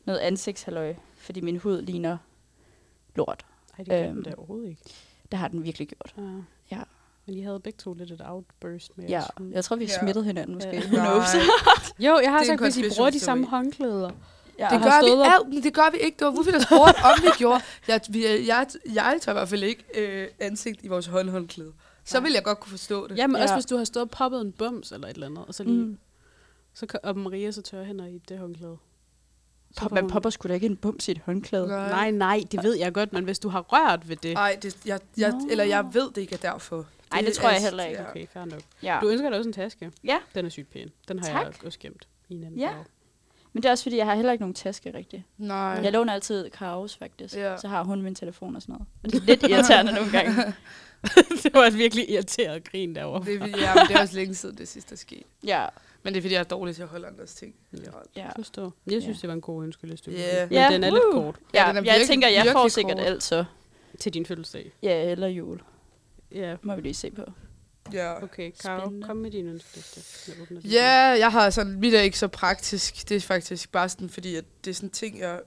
noget ansigtshalløj, fordi min hud ligner lort. Ej, det kan Øhm. den da overhovedet ikke. Det har den virkelig gjort. Ja. Ja. Men I havde begge to lidt et outburst med Ja, jeres hud. jeg tror, vi har Ja. smittet hinanden måske. Ja. Ja. Who knows? Jo, jeg har Det er sagt, hvis en I bruger de konspirationsteori. samme håndklæder. Ja. Det Og har gør, vi, stået ja, men det gør vi ikke. Det var Wuffy, der spurgte, om vi gjorde. Jeg, vi, jeg, jeg tager i hvert fald ikke øh, ansigt i vores håndhåndklæde. Så Nej. vil jeg godt kunne forstå det. Jamen ja. også, Ja. hvis du har stået og poppet en bums eller et eller andet, og så lige... Mm. Mm. Så, kan- og Maria så tørrer hænder i det håndklæde. Så Pop, får man hun- popper sgu da ikke en bums i et håndklæde. Nej. Nej, nej, det ved jeg godt, men hvis du har rørt ved det... Ej, det, jeg, jeg, eller jeg ved det ikke er derfor. Ej, det tror jeg heller ikke. Ja. Okay, fair nok. Ja. Du ønsker dig også en taske. ja, Den er sygt pæn. Den har jeg Tak. også gemt i en anden Ja. farve. men det er også fordi, jeg har heller ikke nogen taske rigtigt. Nej. Jeg låner altid Karos faktisk. Ja. Ja. Så har hun min telefon og sådan noget. Og det er lidt irriterende nogle gange. det var et virkelig irriteret grin derovre. Det, er- ja, men det er også længe siden, det sidste er sket. Ja, Men det er, fordi jeg er dårlig til at holde andres ting. generelt. ja. Forstår. Jeg synes, Ja. det var en god ønskeliste. Ja. Men den er lidt woo. kort Ja, den er jeg virkelig- tænker, jeg får virkelig sikkert kort. alt så. til din fødselsdag. Ja, eller jul. Ja. Må vi lige se på. Ja. Okay, Karo, Spændende. kom med din ønskeliste. Jeg åbner din. Ja, jeg har sådan, mit er ikke så praktisk. Det er faktisk bare sådan, fordi at det er sådan ting, jeg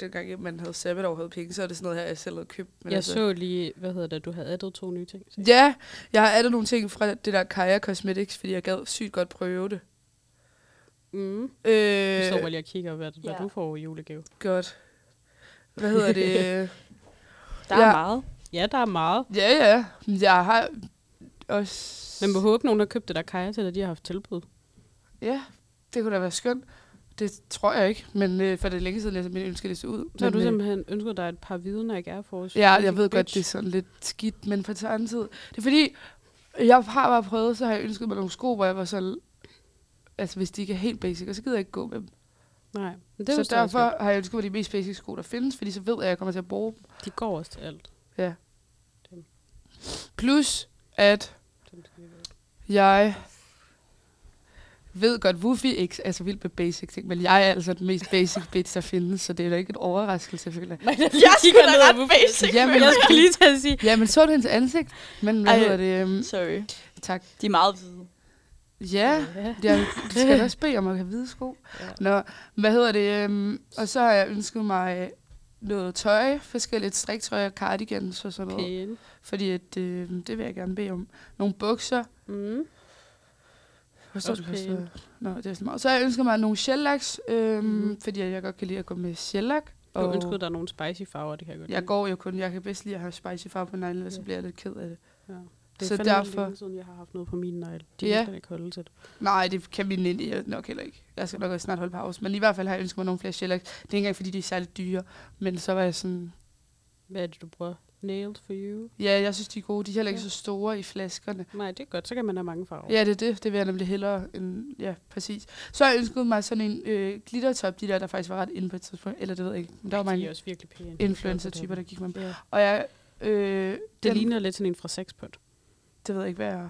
dengang man havde sabbatår og havde penge, så er det sådan noget her, jeg selv havde købt. altså, Jeg så lige, hvad hedder det, du havde addet to nye ting. Så. Ja, jeg har addet nogle ting fra det der Kaya Cosmetics, fordi jeg gad sygt godt prøve det. Mm. Øh, Så var jeg kigger, hvad, hvad Ja. du får i julegave. godt. Hvad hedder det? Der er Ja. meget. Ja, der er meget. ja, ja. Jeg har også... Man må håbe, nogen har købt det der kaja til, at de har haft tilbud. Ja, Det kunne da være skønt. Det tror jeg ikke, men øh, for det er længe siden, jeg simpelthen ønskede det så ud. Så har men, du øh, simpelthen ønsket dig et par vidner, ikke er for os. Ja, jeg ved godt, det er sådan lidt skidt, men på den anden side... Det er fordi, jeg har bare prøvet, så har jeg ønsket mig nogle sko, hvor jeg var sådan... Altså, hvis de ikke er helt basic, og så gider jeg ikke gå med dem. Nej, men det er Det jo så derfor derfor... har jeg ønsket mig de mest basic sko, der findes, fordi så ved jeg, at jeg kommer til at bruge dem. altså- De går også til alt. Ja. Dem. Plus, at Dem skal vi vælge. jeg ved godt, Wuffy ikke er så vild med basic ting, men jeg er altså den mest basic bitch, der findes, så det er da ikke en overraskelse, føler jeg. Jeg skulle da ret basic. Jamen, Jeg skal lige til at sige, ja, men så du hendes ansigt? Men hvad Ej. hedder det? Um, Sorry. tak. De er meget hvide. Ja, jeg skal da også bede om at have hvide sko. Ja. Nå, hvad hedder det? Um, og så har jeg ønsket mig øh, noget tøj, forskelligt striktøj og cardigans og sådan noget. pæne. Fordi at, øh, det vil jeg gerne bede om. Nogle bukser. Mm. Hvor står Også det koster? pæne. Nå, det er sådan meget. Så jeg ønsker mig nogle shellacks, øhm, Mhm. mm. fordi jeg godt kan lide at gå med shellac. Du og... ønskede dig nogle spicy farver, det kan jeg godt jeg lide. går jo kun, jeg kan bedst lide at have spicy farve på neglene, yeah. så Ja. bliver jeg lidt ked af det. Det er så så derfor... derfor- længe siden, jeg har haft noget på mine negle. De Ja. yeah. kan ikke holde til det. Nej, det kan min ind nok heller ikke. Jeg skal nok også snart holde pause, men i hvert fald har jeg ønsket mig nogle flere shellacs. Det er ikke engang, fordi de er særligt dyre, men så var jeg sådan, Hvad er det, du bruger? Nailed for you? ja, jeg synes, de er gode. De er heller ikke Ja. så store i flaskerne. Nej, det er godt. Så kan man have mange farver. Ja, det er det. Det vil jeg nemlig hellere end... Ja, præcis. Så har jeg ønsket mig sådan en øh, glittertop, de der, der faktisk var ret inde på et tidspunkt. Eller det ved jeg ikke. Men der var De er mange også virkelig pæne. influencer-typer, der gik med dem. Ja. Og jeg... Øh, Det ligner lidt sådan en fra Sexpot. Det ved jeg ikke, hvad jeg...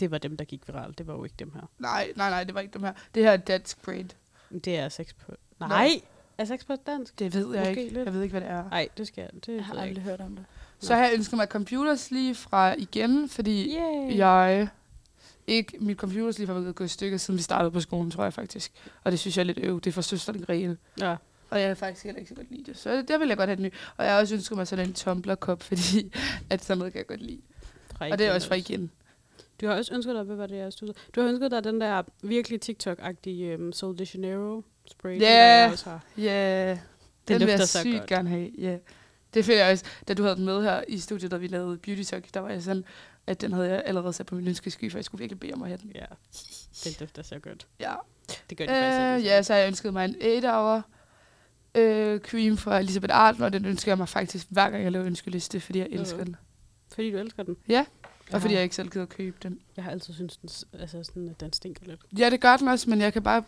Det var dem, der gik viralt. Det var jo ikke dem her. Nej, nej, nej, det var ikke dem her. Det her er dansk brand. Det er Sexpot. Nå. Nej! Er Sexpot dansk? Det ved jeg Måske ikke. lidt. Jeg ved ikke, hvad det er. Nej, det skal det Jeg har ved jeg aldrig ikke. hørt om det. Så har jeg ønsket mig computersleeve fra igen, fordi Yay. jeg... Ikke, mit computersleeve har været gået i stykker, siden vi startede på skolen, tror jeg faktisk. Og det synes jeg er lidt øv. Det er for søsteren Grene. Ja. Og jeg kan faktisk heller ikke så godt lide det. Så der vil jeg godt have den nye. Og jeg har også ønsket mig sådan en tumblerkop, fordi at sådan noget kan jeg godt lide. Fra Og det er Ikea også fra igen. Du har også ønsket dig, hvad var det, jeg stod Du har ønsket dig den der virkelig TikTok-agtige um, Sol de Janeiro spray. den der, Ja. jeg også har. Ja, yeah. den vil lugter jeg så sygt godt. gerne have. Ja. Det føler jeg også, da du havde den med her i studiet, da vi lavede Beauty Talk, der var jeg sådan, at den havde jeg allerede sat på min ønskesky, for jeg skulle virkelig bede om at have den. Ja, den dufter så godt. Ja, Det gør de faktisk ikke. øh, altså. ja så har jeg ønsket mig en 8-hour øh, cream fra Elisabeth Arden, og den ønsker jeg mig faktisk hver gang, jeg laver ønskeliste, fordi jeg elsker Mhm. den. Fordi du elsker den. Ja, og Jeg fordi har- jeg ikke selv gider at købe den. Jeg har altid syntes, den, s- altså sådan, at den stinker lidt. Ja, det gør den også, men jeg kan bare...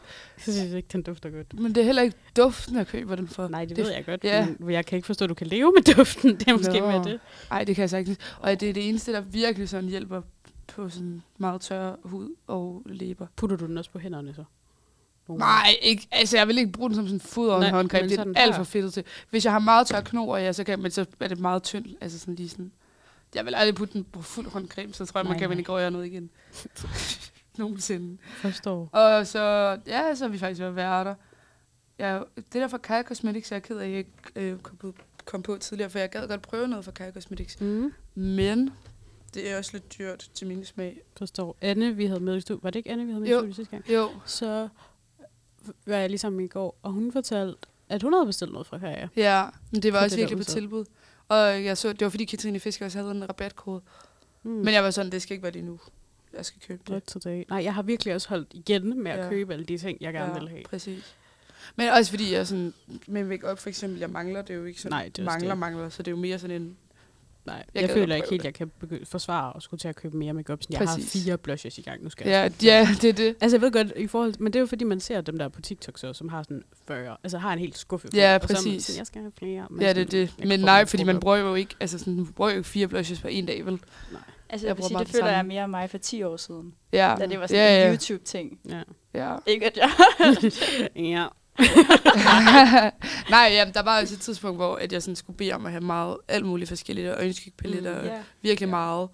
Så synes jeg ikke, den dufter godt. Men det er heller ikke duften, jeg køber den for. Nej, det, det ved jeg godt, ja. men jeg kan ikke forstå, at du kan leve med duften. Det er måske Nå. med det. Nej, det kan jeg sagtens. Og det er det eneste, der virkelig sådan hjælper på sådan meget tør hud og læber. Putter du den også på hænderne så? Nogle gange. Nej, ikke. Altså, jeg vil ikke bruge den som sådan en foder Nej, håndgreb. men Det er sådan alt der. for fedt til. Hvis jeg har meget tør knor, ja, så, kan, men så er det meget tyndt. Altså sådan lige sådan. Jeg vil aldrig putte den på fuld håndcreme, så tror jeg, man Nej, kan vinde nej. ikke røre noget igen. Nogensinde. Forstår. Og så, ja, så har vi faktisk været værter. Ja, det der fra Kai Cosmetics, jeg er ked af, at jeg ikke øh, kom, på, kom på tidligere, for jeg gad godt prøve noget fra Kai Cosmetics. Mm. Men det er også lidt dyrt til min smag. Forstår. Anne, vi havde med i studiet. Var det ikke Anne, vi havde med Jo. i studiet sidste gang? Jo. så var jeg ligesom i går, og hun fortalte, at hun havde bestilt noget fra Kaja. Ja, men det var For også det der virkelig på udsalg. tilbud. Og jeg så, det var fordi Katrine Fisker også havde en rabatkode. Mm. Men jeg var sådan, det skal ikke være lige nu. Jeg skal købe det. Not today. Nej, jeg har virkelig også holdt igen med at Ja. ja. købe alle de ting, jeg gerne ja. vil have. præcis. Men også fordi jeg sådan, med make op for eksempel, jeg mangler det er jo ikke sådan, Nej, det er også mangler, det. mangler, så det er jo mere sådan en, Nej, Jeg jeg, jeg gad føler godt ikke prøve helt, det. jeg kan beg- forsvare at skulle til at købe mere makeup. sådan, Jeg har Præcis. fire blushes i gang, nu skal jeg. ja, ja, det er det. Altså jeg ved godt, i forhold, men det er jo fordi, man ser dem der på TikTok så, som har sådan 40, altså har en helt skuffe. fuld, Ja, og så er man præcis. Sådan, jeg skal have flere. men Ja, det er sådan, jeg det. kan Men få nej, dem fordi man brugt bruger jo ikke, altså sådan, du bruger jo ikke fire blushes på en dag, vel? Altså, Jeg jeg, jeg vil bruger sige, meget det det føler samme. jeg mere om mig for 10 år siden. Ja, Da det var sådan ja, en ja. YouTube-ting. op. Ja. ja. Ikke at jeg... ja. nej, ja, der var også et tidspunkt, hvor at jeg sådan skulle bede om at have meget, alt muligt forskelligt, og ønskepaletter, mm, Mm, og ja. virkelig Ja. meget.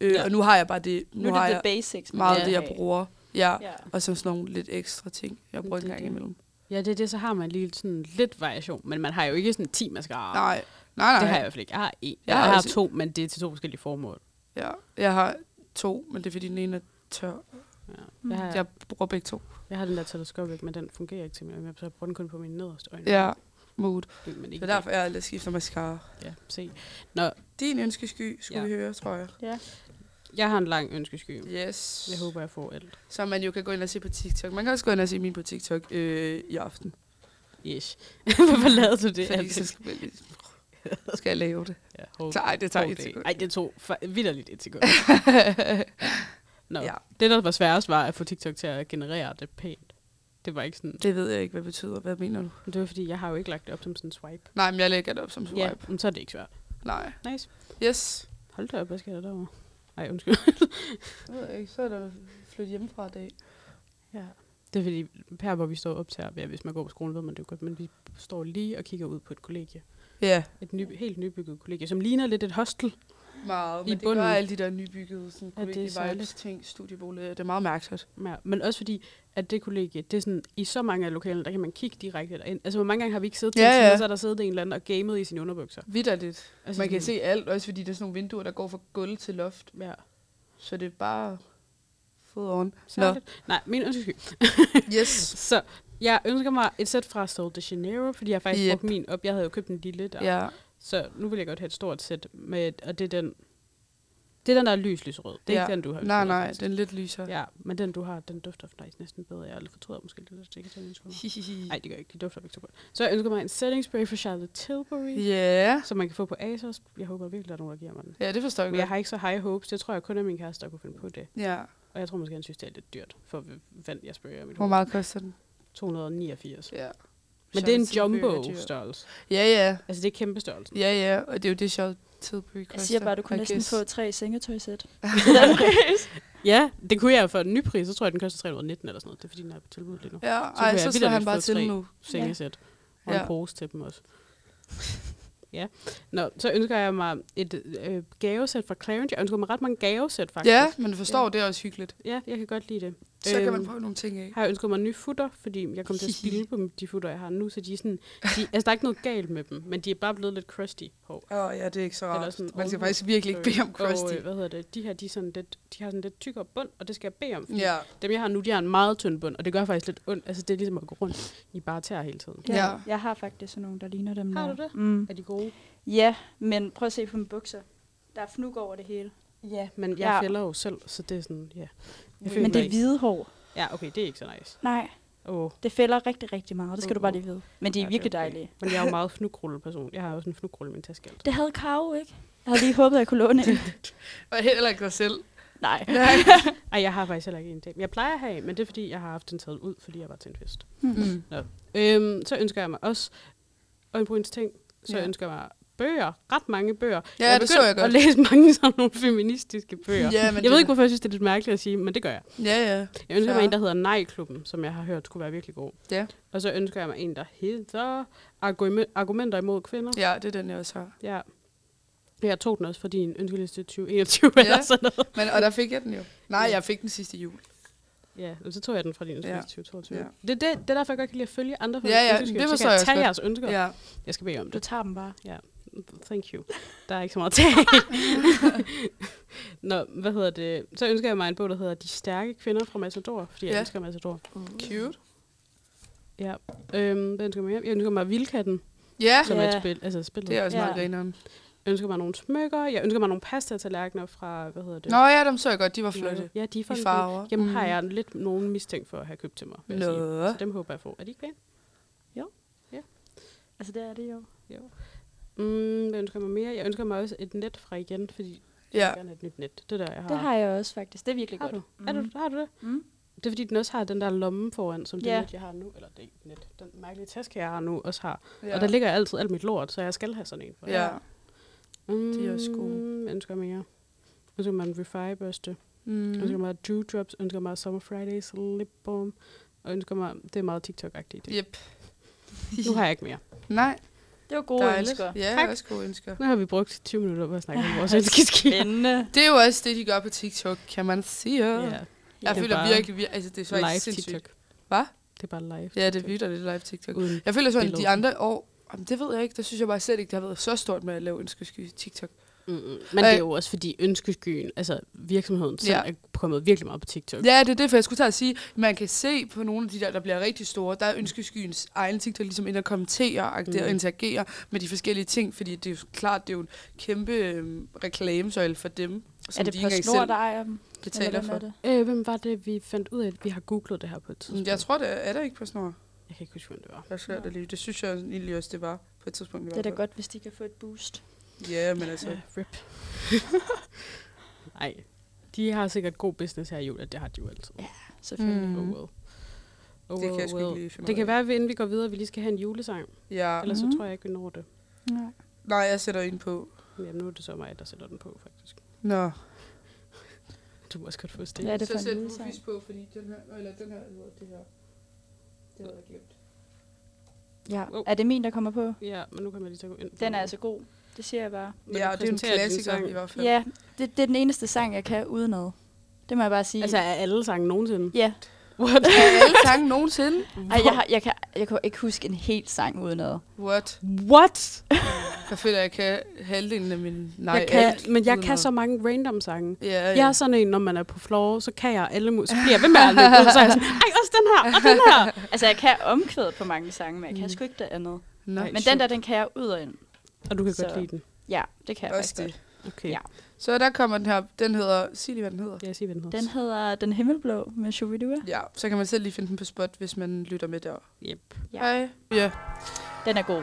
Øh, Ja. Og nu har jeg bare det, nu, Nu er har det jeg the basics. man meget af vil det, jeg have. bruger. Ja. Ja. Og så sådan nogle lidt ekstra ting, jeg bruger Det en er gang det. imellem. ja, det er det, så har man lige sådan lidt variation, men man har jo ikke sådan 10 mascara. Nej, altså- nej, nej. Det har jeg i hvert fald ikke. Jeg har en. Jeg Jeg, har jeg har også- to, men det er til to forskellige formål. Ja, jeg har to, men det er fordi den ene er tør. Ja. Mm. Jeg, har, Jeg bruger begge to. jeg har den der teleskopvæg, men den fungerer ikke til mig. Jeg så bruger den kun på mine nederste øjne. Ja, mood. Men Det er ikke derfor, jeg aldrig skifter mascara. Ja, se. Din ønskesky skulle ja. Ja. vi høre, tror jeg. Jeg har en lang ønskesky. Yes. Jeg håber, jeg får alt. Som man jo kan gå ind og se på TikTok. Man kan også gå ind og se min på TikTok øh, i aften. Yes. Hvorfor lavede du det? Det fordi, Alex? så skal, jeg lige, skal jeg lave det. Ja, hård, Så ej, det tager hård et dag. sekund. Ej, det tog fa- vidderligt et sekund. Nå. Ja. Ja. Det, der var sværest, var at få TikTok til at generere det pænt. Det var ikke sådan... Det ved jeg ikke, hvad det betyder. Hvad mener du? Det var fordi, jeg har jo ikke lagt det op som sådan en swipe. Nej, men jeg lægger det op som swipe. Ja, men så er det ikke svært. Nej. Nice. Yes. Hold da op, hvad sker der derovre? Ej, undskyld. Jeg ved ikke, så er der flyttet hjemmefra i dag. ja. Det er fordi, her hvor vi står op til, ja, hvis man går på skolen, ved man det jo godt, men vi står lige og kigger ud på et kollegie. Ja, Et ny, helt nybygget kollegie, som ligner lidt et hostel. meget. I Men I det bunden. gør alle de der nybyggede sådan, Ja, det er ja, vibes særligt. ting, studieboliger. Det er meget mærkeligt. Ja, men også fordi, at det kollegie, det er sådan, i så mange af lokalerne, der kan man kigge direkte derind. Altså, hvor mange gange har vi ikke siddet til Ja, ja, ja. ja. så er der siddet en eller anden og gamet i sine underbukser. Vidderligt. Altså, Man kan sådan- se alt, også fordi der er sådan nogle vinduer, der går fra gulv til loft. Ja, Så det er bare fod on. særligt. Nej, min ønskesky. Yes. Så jeg ønsker mig et sæt fra Sol de Janeiro, fordi jeg har faktisk Yep. yep. brugt min op. Jeg havde jo købt en lille der. ja. Så nu vil jeg godt have et stort sæt, med, og det er den, det er den, der er lys, lysrød. Det er ja. ikke den, du har. Nej, ønsket dig, nej, faktisk. den er lidt lysere. Ja, men den, du har, den dufter faktisk næsten bedre. Jeg fortryder måske lidt, at det ikke er den, jeg skulle have. Hihihi. Nej, det gør jeg ikke. De dufter ikke så godt. Så jeg ønsker mig en setting spray fra Charlotte Tilbury. Ja. Som man kan få på Asos. Jeg håber virkelig, der er nogen, der giver mig den. Ja, det forstår jeg Men jeg godt. har ikke så high hopes. Det tror jeg kun er min kæreste, der kunne finde på det. Ja. Og jeg tror måske, han synes, det er lidt dyrt for h- vand, jeg sprayer i mit Hvor hoved. meget koster den? 289. Ja. Men det er en Charlotte Tilbury er dyr. jumbo-størrelse. Ja, ja. Altså, det er kæmpe størrelse. Ja, ja. Og det er jo det, Charlotte Tilbury koster. Jeg siger bare, du kunne I næsten guess. få tre sengetøjsæt. Ja, det kunne jeg for en ny pris. Så tror jeg, den koster 319 eller sådan noget. Det er fordi, den er på tilbud lige nu. Ja, kunne ej, jeg så slår vitterligt han bare få til tre. nu. Sengesæt. Og Ja. en pose til dem også. ja. Nå, så ønsker jeg mig et øh, gavesæt fra Clarence. Jeg ønsker mig ret mange gavesæt, faktisk. Ja, men du forstår, det er også hyggeligt. Ja, jeg kan godt lide det. Så kan man Øhm, prøve nogle ting af. har jeg ønsket mig nye futter, fordi jeg kom til at spille på de futter, jeg har nu, så de er sådan, de, altså der er ikke noget galt med dem, men de er bare blevet lidt crusty hår. Åh, oh, ja, det er ikke så Eller sådan rart. Man skal ovenpå. faktisk virkelig ikke bede om crusty. Og, øh, hvad hedder det, de her, de, er sådan lidt, de har sådan lidt tykkere bund, og det skal jeg bede om, fordi Ja, dem jeg har nu, de har en meget tynd bund, og det gør faktisk lidt ondt, altså det er ligesom at gå rundt i bare tæer hele tiden. Ja. Ja. ja. Jeg har faktisk sådan nogle, der ligner dem. Har der. du det? Mm. Er de gode? Ja, men prøv at se på mine bukser. Der er fnug over det hele. Ja, men jeg Ja. fælder jo selv, så det er sådan, ja. Jeg føler Men det er ikke- hvide hår. Ja, okay, det er ikke så nice. Nej, Åh, oh, det fælder rigtig, rigtig meget. Det skal du bare lige vide. Men de er Ja, det er virkelig okay. dejlige. men jeg er jo meget fnugrulle-person. Jeg har også en fnugrulle i min taske. altid. Det havde Karo ikke. Jeg havde lige håbet, at jeg kunne låne en. og heller ikke dig selv. Nej. Ej, jeg har faktisk heller ikke en dag. Jeg plejer at have, en, men det er fordi, jeg har haft den taget ud, fordi jeg var til en fest. Mm. Øhm, så ønsker jeg mig også øjenbryns ting. Så Ja. ja. ønsker jeg mig bøger. Ret mange bøger. Ja, jeg er det så begyndt jeg godt. at læse mange sådan nogle feministiske bøger. Ja, men jeg ved det- ikke, hvorfor jeg synes, det er lidt mærkeligt at sige, men det gør jeg. Ja, ja. Jeg ønsker Fair. mig en, der hedder Nej-klubben, som jeg har hørt skulle være virkelig god. Ja. Og så ønsker jeg mig en, der hedder Argume- Argumenter imod kvinder. ja, det er den, jeg også har. ja. Jeg tog den også fra din ønskeliste 2021 ja. Ja. eller sådan noget. Men, og der fik jeg den jo. Nej, jeg fik den sidste jul. Ja, og så tog jeg den fra din ønskeliste Ja. 2022. Ja, Ja. Det, er det, det er derfor, jeg godt kan lide at følge andre folks Ja, ja, ønskeskiver, det så forstår kan jeg jeg også tage godt. jeres ønsker. Ja. Jeg skal bede om Du det. tager dem bare. Thank you. Der er ikke så meget at tage. Nå, hvad hedder det? Så ønsker jeg mig en bog, der hedder De Stærke Kvinder fra Matador, fordi jeg Ja. ja. elsker Matador. Cute. Ja. Øhm, hvad ønsker jeg mig? Jeg ønsker mig Vildkatten, Ja, som er Ja. et spil. Altså spillet. det er også Ja. meget grineren. Jeg ønsker mig nogle smykker. Jeg ønsker mig nogle pasta-tallerkener fra, hvad hedder det? Nå ja, dem så jeg godt. De var flotte. Ja, de er I fucking gode. farver. Dem har Mm. jeg lidt nogen mistænkt for at have købt til mig, vil jeg sige. Nå. Så dem håber jeg får. Er de ikke pæne? Altså, det er det jo. Mm, hvad ønsker jeg mig mere? Jeg ønsker mig også et net fra igen, fordi jeg Ja. vil gerne have et nyt net. Det der, jeg har. Det har jeg også, faktisk. Det er virkelig Har godt. du? Mm. Er du, har du det? Mm. Det er fordi, den også har den der lomme foran, som det Ja. net, jeg har nu. Eller det er ikke net. Den mærkelige taske, jeg har nu, også har. ja. Ja. Og der ligger altid alt mit lort, så jeg skal have sådan en. For Ja. Mm, de er også gode. Jeg ønsker mere. Jeg ønsker mig en refi-børste. Mm. Jeg ønsker Mm. mig dewdrops. Jeg ønsker mig Summer Fridays lip balm. Og jeg ønsker mig, det er meget TikTok-agtigt. det. Yep. Nu har jeg ikke mere. Nej, Det var gode dejligt. ønsker. Ja, Tak. også gode ønsker. Nu har vi brugt 20 minutter på at snakke om vores ønskeskiver. Spændende. Det er jo også det, de gør på TikTok, kan man sige. Ja. Jeg Det er føler bare virkelig, vir- altså det er så live sindssygt. TikTok. Hvad? Det er bare live. Ja, det er vildt, og det er live TikTok. Uden Jeg føler sådan, at de Billeder. andre år, jamen, det ved jeg ikke, der synes jeg bare slet ikke, det har været så stort med at lave ønskesky TikTok. Mm, men det er Øh. jo også fordi ønskeskyen, altså virksomheden selv Ja. er kommet virkelig meget på TikTok. Ja, det er det, for jeg skulle til at sige, man kan se på nogle af de der, der bliver rigtig store, der er ønskeskyens egen ting, der ligesom ind og kommenterer mm. og Mm. interagerer med de forskellige ting, fordi det er jo klart, det er jo en kæmpe øh, reklamesøjle for dem, som er det de de ikke engang PostNord, selv der ejer dem? betaler for. det? Øh, hvem var det, vi fandt ud af, at vi har googlet det her på et Mm, tidspunkt? Jeg tror, det er, er der ikke på snor. Jeg kan ikke huske, hvem det var. Jeg ser det lige. Det synes jeg egentlig også, det var på et tidspunkt. i Det er da hvert fald. godt, hvis de kan få et boost. Ja, men altså. Ja, rip. Nej, de har sikkert god business her i jul, at det har de jo altid. Selvfølgelig. Mm. Mm. Oh well. Oh Det kan well, jeg sgu ikke well. lige finde ud Det kan af. være, at vi, inden vi går videre, at vi lige skal have en julesang. Ja. Mm-hmm. Ellers så Mhm. tror jeg ikke, vi når det. Ja. Nej, jeg sætter en på. Men Jamen, nu er det så mig, der sætter den på, faktisk. Nå. Du må også godt få det. Hvad er det så for en sæt lille sang? Rufis på, fordi den her, eller den her hedder det her. Det havde jeg glemt. Ja. Wow. Er det min, der kommer på? Ja, men nu kan man lige tage ind. på Den er altså god. Det siger jeg bare. Vil du Ja, og det er en præsentere din klassiker sang? i hvert fald. Ja, det, det er den eneste sang, jeg kan udenad. Det må jeg bare sige. Altså, er alle sange nogensinde? ja. What? Er alle sange nogensinde? Ej, jeg, har, jeg, kan, jeg kan ikke huske en helt sang udenad. What? What? Jeg føler, jeg kan halvdelen af min... Nej, jeg kan, alt men jeg uden kan at- så mange random sange. Ja, ja. Jeg er sådan en, når man er på floor, så kan jeg alle mus. Så bliver jeg ved med at løbe ud, så er jeg sådan, ej, også den her, og den her. Altså, jeg kan omkvædet på mange sange, men jeg kan sgu ikke det andet. Nå, Men den der, den kan jeg ud og ind. Og du kan så. Så- godt lide den. Ja, det kan jeg også faktisk godt. det. Okay. Ja. Så der kommer den her, den hedder... Sig lige, hvad den hedder. Jeg siger, hvad den hedder. Den hedder Den Himmelblå med Shubidua. Ja, så kan man selv lige finde den på spot, hvis man lytter med der. Yep. Ja. Hej. Ja, Den er god.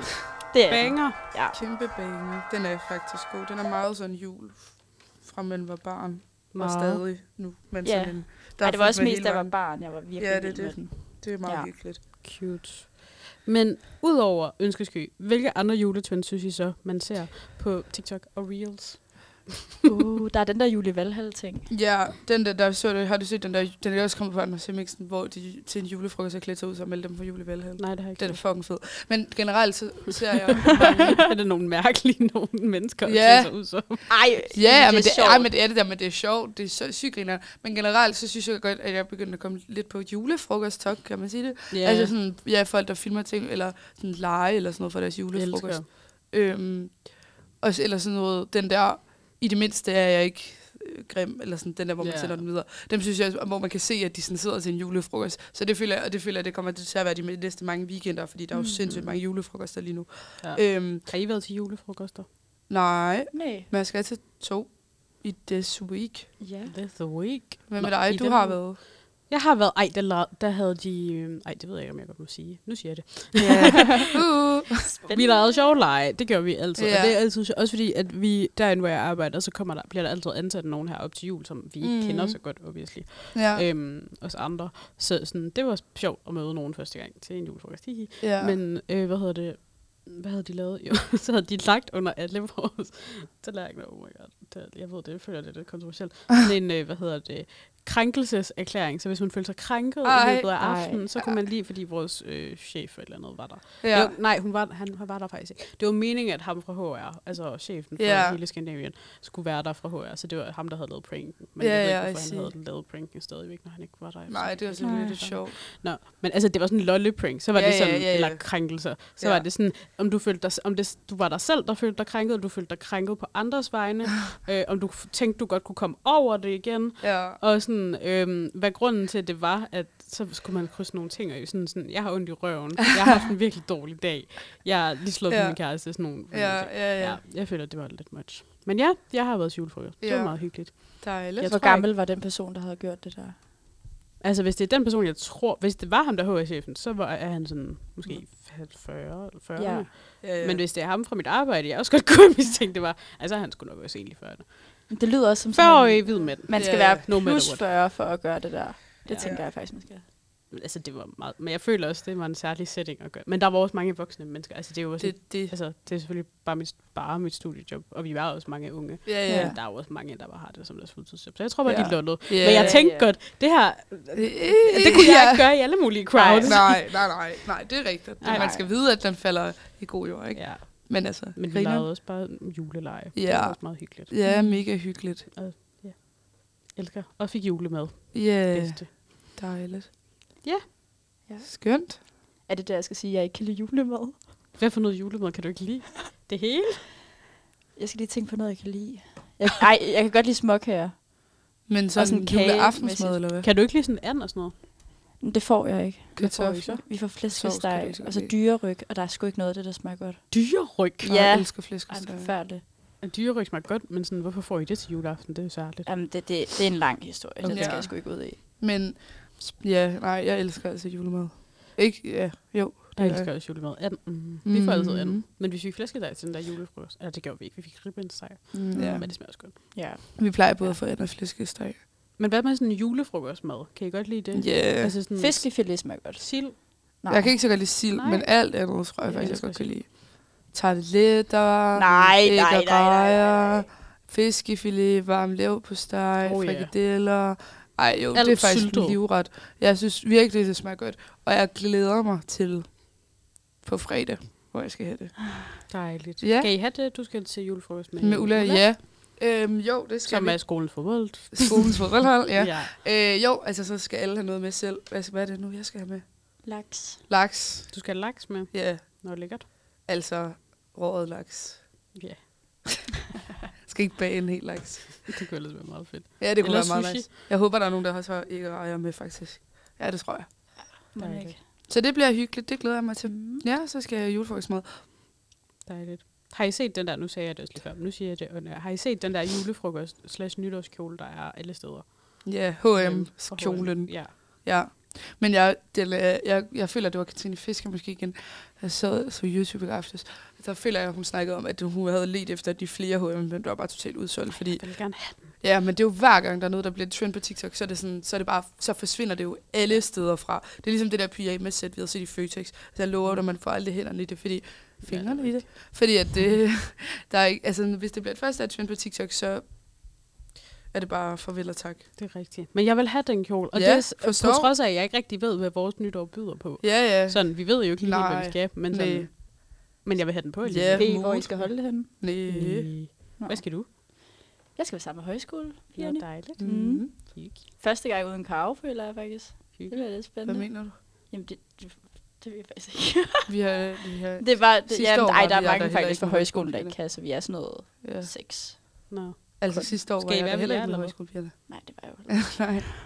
Det er den. Banger. Ja. kæmpe banger. Den er faktisk god. Den er meget sådan jul, fra man var barn. Og Meget. stadig nu. Men Ja. sådan en, der Ej, det var fulgt også med mest, hele da jeg vejen. var barn. Jeg var virkelig Ja, ja, det er det, med det. den. Det er meget Ja. hyggeligt. Cute. Men udover ønskesky, hvilke andre juletrends synes I så, man ser på TikTok og Reels? Uh, der er den der Julie Valhall-ting. Ja, den der, der så det, har du set den der, den er også kommet på Anders Hemmingsen, hvor de til en julefrokost har klædt sig ud som alle dem fra julevalgheden. Nej, det har jeg ikke. Den er set. fucking fed. Men generelt så ser jeg... er det nogle mærkelige nogle mennesker, der Ja. yeah. sig ud som? Ej, Ja, men det, sjovt. ej, men det er det der, men det er sjovt. Det er så sygt griner. Men generelt så synes jeg godt, at jeg er begyndt at komme lidt på julefrokostok, kan man sige det? Ja, Ja. Altså sådan, ja, folk der filmer ting, eller sådan lege eller sådan noget for deres julefrokost. Øhm, og så- eller sådan noget, den der, i det mindste er jeg ikke øh, grim, eller sådan den der, hvor man Ja. sender den videre. Dem synes jeg, hvor man kan se, at de sådan sidder til en julefrokost. Så det føler jeg, og det føler jeg, det kommer til at være de næste mange weekender, fordi der er jo mm. sindssygt mange julefrokoster lige nu. Ja. Ja. Øhm, Har I været til julefrokoster? nej, Nej. men jeg skal til to i this week. Ja. That's the week. Hvad Nå, med i dig? Du den har uge. været. Jeg har været... Ej, der, la- der havde de... øhm, Ej, det ved jeg ikke, om jeg godt må sige. Nu siger jeg det. Uh. Vi lavede sjov lege. Det gør vi altid. Ja. Og det er altid sjovt. Også fordi, at vi... Derinde, hvor jeg arbejder, så kommer der, bliver der altid ansat nogen her op til jul, som vi ikke Mhm. mm. kender så godt, obviously. Ja. Ja. Øhm, os andre. Så sådan, det var sjovt at møde nogen første gang til en julefrokost. Hihi. ja. Ja. Men øh, hvad hedder det? Hvad havde de lavet? Jo, så havde de lagt under alle vores tallerkener. Oh my god. Det, er- jeg ved det, jeg føler det er lidt kontroversielt. Ah. Men en, øh, hvad hedder det? krænkelseserklæring, så hvis hun følte sig krænket Ej. i løbet af Ej. aftenen, så kunne man lige, fordi vores øh, chef eller noget var der. Ja. ja. Jo, nej, hun var, han, han var der faktisk ikke. Det var meningen, at ham fra HR, altså chefen for Ja. ja. hele Skandinavien, skulle være der fra HR, så det var ham, der havde lavet pranken. Men Ja, jeg ved ja, I ikke, hvorfor see. han havde lavet pranken stadigvæk, når han ikke var der. Nej, det var Nej. sådan lidt sjovt. Nå, men altså, det var sådan en lolleprank, så var Ja, det ja, sådan, ja, ja, ja. ja, eller krænkelser. Så Ja. ja. var det sådan, om du følte dig, om det, du var dig selv, der følte dig krænket, og du følte dig krænket på andres vegne, øh, om du f- tænkte, du godt kunne komme over det igen, Ja. og sådan, øh, hvad grunden til det var, at så skulle man krydse nogle ting, og sådan, sådan, jeg har ondt i røven, jeg har haft en virkelig dårlig dag, jeg har lige slået Ja. ja. min kæreste, sådan nogle Ja, ting. ja, ja. ja. Jeg føler, det var lidt much. Men ja, jeg har været til julefrokost. Ja. Det Ja. var meget hyggeligt. Dejligt. Jeg Hvor tror gammel var den person, der havde gjort det der? Altså, hvis det er den person, jeg tror... Hvis det var ham, der er HR-chefen, så var, er han sådan måske 40 eller 40. Ja. Ja. Ja, Øh. ja. Men hvis det er ham fra mit arbejde, jeg også godt kunne mistænke, det var... Altså, han skulle nok også egentlig 40. Det lyder også som sådan, 40-årige hvid mænd. man skal Ja, være ja. No plus matter 40 for at gøre det der. Det Ja. tænker jeg faktisk, man skal. what. Altså, det var meget... Men jeg føler også, det var en særlig setting at gøre. Men der var også mange voksne mennesker. Altså, det er jo også... Det, det, det. altså, det er selvfølgelig bare mit, bare mit studiejob, og vi var også mange unge. Ja, ja. Ja. Men der er jo også mange, der bare har det som deres fuldtidsjob. Så jeg tror bare, Ja. de lullede. Ja. Men jeg tænkte Ja. godt, det her... Øh, Det kunne jeg ja. ikke gøre i alle mulige crowds. Nej, nej, nej, nej, det er rigtigt. Nej, Man nej. skal vide, at den falder i god jord, ikke? Ja. Ja. Men altså, Men vi griner. lavede også bare juleleje. Ja. Det var også meget hyggeligt. Ja, mega hyggeligt. Elsker. Og fik julemad. Ja, yeah, Bedste. dejligt. Ja. Ja. Skønt. Er det der, jeg skal sige, at jeg ikke kan lide julemad? Hvad for noget julemad kan du ikke lide? Det hele? Jeg skal lige tænke på noget, jeg kan lide. Jeg, ej, jeg kan godt lide småkager. Men sådan, sådan sådan kage- juleaftensmad, eller hvad? Kan du ikke lide sådan and og sådan noget? Men det får jeg ikke. Kartofler. Vi får Sovs kan flæskesteg, jeg og så ikke. dyreryg, og der er sgu ikke noget af det, der smager godt. Dyreryg. Ja. Ja. Jeg elsker Ej, det er flæskesteg. forfærdeligt. Dyreryg smager godt, men sådan, hvorfor får I det til juleaften? Det er jo særligt. Jamen, det, det, det er en lang historie. Okay. Den Okay. skal jeg sgu ikke ud i. Men s- ja, nej, jeg elsker altså julemad. Ikke? Ja, jo. Jeg det er elsker også julemad. And. Mm. Vi får altid and. Mhm. Men vi fik flæskedej til den der julefrokost. Eller det gjorde vi ikke. Vi fik ribbensdej. Mm, Ja. ja. Men det smager også godt. Ja. Vi plejer både at få and og flæskesteg. Men hvad med sådan en julefrokostmad? Kan I godt lide det? Yeah. Altså Mm. sådan Fiskefilet smager godt. Sild. Nej. Jeg kan ikke så godt lide sild, Nej. men alt andet tror jeg, Jeg faktisk, jeg elsker godt kan sild. lide. Tarteletter, Nej, æg nej, og nej, nej, nej, rejer, nej. fiskefilet, varm lev på steg, Oh, oh, ja. frikadeller. Ej jo, Alt det er faktisk syltet. min livret. Jeg synes virkelig, det smager godt. Og jeg glæder mig til på fredag, hvor jeg skal have det. Dejligt. Ja. Kan I have det, du skal til julefrokost med? Med Ulla, ja. Øhm, jo, det skal Som vi. er skolens fodbold. Skolens fodboldhold, ja. Øh, jo, altså så skal alle have noget med selv. Hvad, hvad er det nu, jeg skal have med? Laks. Laks. Du skal have laks med. Ja, yeah. Nå, lækkert. altså rådet laks. Ja, Skal ikke bage en hel laks. det kunne ellers være meget fedt. Ja, det kunne Eller Eller være meget sushi. nice. Jeg håber, der er nogen, der også har ikke rejer med, faktisk. Ja, det tror jeg. Må Dejligt. ikke. Så det bliver hyggeligt, det glæder jeg mig til. Ja, så skal jeg have julefrokostmad. Dejligt. Har I set den der, nu sagde jeg det også lige før, men nu siger jeg det, on air. har I set den der julefrokost slash nytårskjole, der er alle steder? Ja, Øhm, H&M, for kjolen. Ja. Ja. Men jeg, det, jeg, jeg føler, det var Katrine Fisker måske igen. Jeg så, så YouTube i aftes. Der føler jeg, at hun snakkede om, at hun havde let efter de flere H&M, men det var bare totalt udsolgt. Fordi, Jeg vil gerne have ja, men det er jo hver gang, der er noget, der bliver trend på TikTok, så, er det sådan, så, er det bare, så forsvinder det jo alle steder fra. Det er ligesom det der pyjamasæt, vi har set i Føtex. Så jeg lover dig, man får aldrig hænderne i det, fordi fingrene i det. Fordi at det, der er ikke, altså, hvis det bliver et første af trend på TikTok, så er det bare farvel og tak. Det er rigtigt. Men jeg vil have den kjole. Og ja, Ja, det er s- på forstår. trods af, at jeg ikke rigtig ved, hvad vores nytår byder på. Ja, ja. Så. Sådan, vi ved jo ikke lige, helt, hvad vi Nej. skal, men, Næ. sådan, men jeg vil have den på. alligevel. Ja, Ved I, hvor I skal holde det henne? Næh. Næh. Nå. Hvad skal du? Jeg skal være sammen med højskole, Ja, pigerne. dejligt. Mhm. Mm. Hygge. Første gang uden kave, føler jeg faktisk. Det Hygge. bliver lidt Hvad spændende. mener du? Jamen, det, det, det ved jeg faktisk ikke. Vi har... Vi har det er bare, det, Sidste jamen, år ej, var der er vi andre mange heller faktisk ikke fra med højskolen, der ikke højskolepigerne. kan, så vi er sådan noget ja. seks. Nå. Altså sidste år Skal var I jeg være da med heller jer, ikke med eller hvad? højskolepigerne. Nej, det var jo ikke.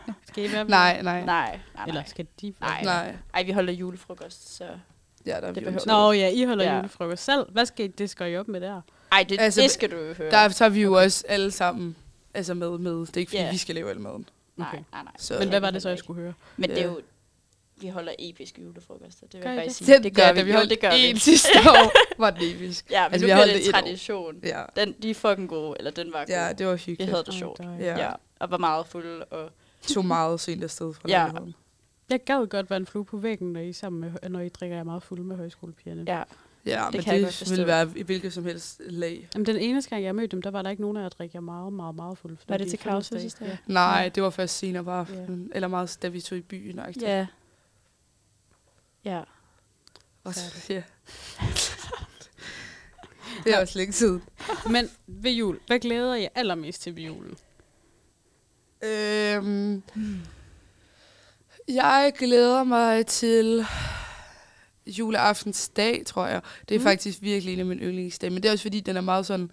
nej. Skal I være med? nej, nej, nej. Nej, nej, Eller nej. skal de? Nej. Nej. Ej, vi holder julefrokost, så... Ja, der er Det vi behøver- undtaget. Nå ja, I holder Ja. ja. julefrokost selv. Hvad skal I, det skal I op med der? Ej, det, altså, Altså, det skal du jo høre. Der er- så er vi jo også alle sammen altså med, med. Det er ikke, fordi Ja. vi skal lave al maden. Nej, Okay. nej, nej. Så- Men hvad var det så, jeg skulle høre? Men det er Ja. jo... Vi holder episke julefrokoster, det vil Gør I jeg det? faktisk sige. Det gør ja, vi, da vi jo, holdt det gør en vi. sidste år, var det episk. Ja, men Altså, nu vi har bliver holdt det det et en år. tradition. Ja. Den, de er fucking gode, eller den var god. ja, det var vi hyggeligt. havde det Åh, sjovt. dejligt. Ja. Ja. ja. Og var meget fulde. Og... Tog meget sent afsted fra Ja. lejligheden. Jeg gad godt være en flue på væggen, når I, er sammen med, når I drikker jer meget fulde med højskolepigerne. Ja. Ja, det men kan jeg godt det forstå. ville være i hvilket som helst lag. Jamen, den eneste gang, jeg mødte dem, der var der ikke nogen af jer, der drikker jer meget, meget, meget fuld. Var det til Kavs sidste fødselsdag? Ja. Nej, det var først senere på Ja. aftenen. Eller meget, da vi tog i byen. Og, Ja. Ja. og særligt. ja. det er også længe siden. Men ved jul, hvad glæder jeg allermest til ved julen? Øhm, jeg glæder mig til juleaftensdag, tror jeg. Det er mm. faktisk virkelig en af mine yndlingsdage. Men det er også fordi, den er meget sådan...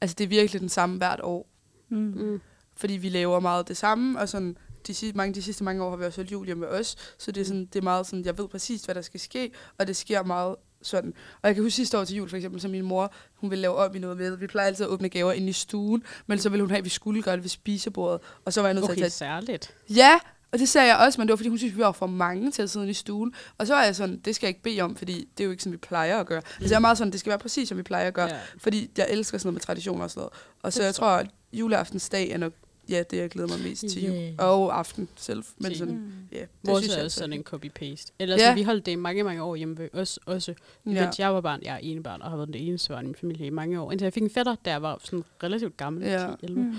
Altså, det er virkelig den samme hvert år. Mm. Mm. fordi vi laver meget det samme, og sådan, de, sidste, mange, de sidste mange år har vi også holdt jul hjemme med os, så det er, sådan, det er meget sådan, jeg ved præcis, hvad der skal ske, og det sker meget sådan. Og jeg kan huske sidste år til jul, for eksempel, så min mor, hun ville lave om i noget med, vi plejer altid at åbne gaver inde i stuen, men så ville hun have, at vi skulle gøre det ved spisebordet, og så var jeg nødt til at Okay, tage særligt. Ja, og det sagde jeg også, men det var, fordi hun synes, vi var for mange til at sidde inde i stuen. Og så var jeg sådan, det skal jeg ikke bede om, fordi det er jo ikke, som vi plejer at gøre. Mm. Altså jeg er meget sådan, det skal være præcis, som vi plejer at gøre. Ja. Ja. Fordi jeg elsker sådan noget med traditioner og sådan noget. Og så Det jeg tror, at juleaftensdag er nok ja, det, jeg glæder mig mest til jul. Yeah. Og aften selv. Men Til- sådan, ja, det Vores synes er også jeg altså sådan er en fint. copy-paste. Eller Ja. ja. vi holdt det i mange, mange år hjemme ved os også. Ja. Ja. Mens jeg var barn, jeg er ene barn, og har været den eneste barn i min familie i mange år. Indtil jeg fik en fætter, der var sådan relativt gammel, ja. Ja. 10 mm.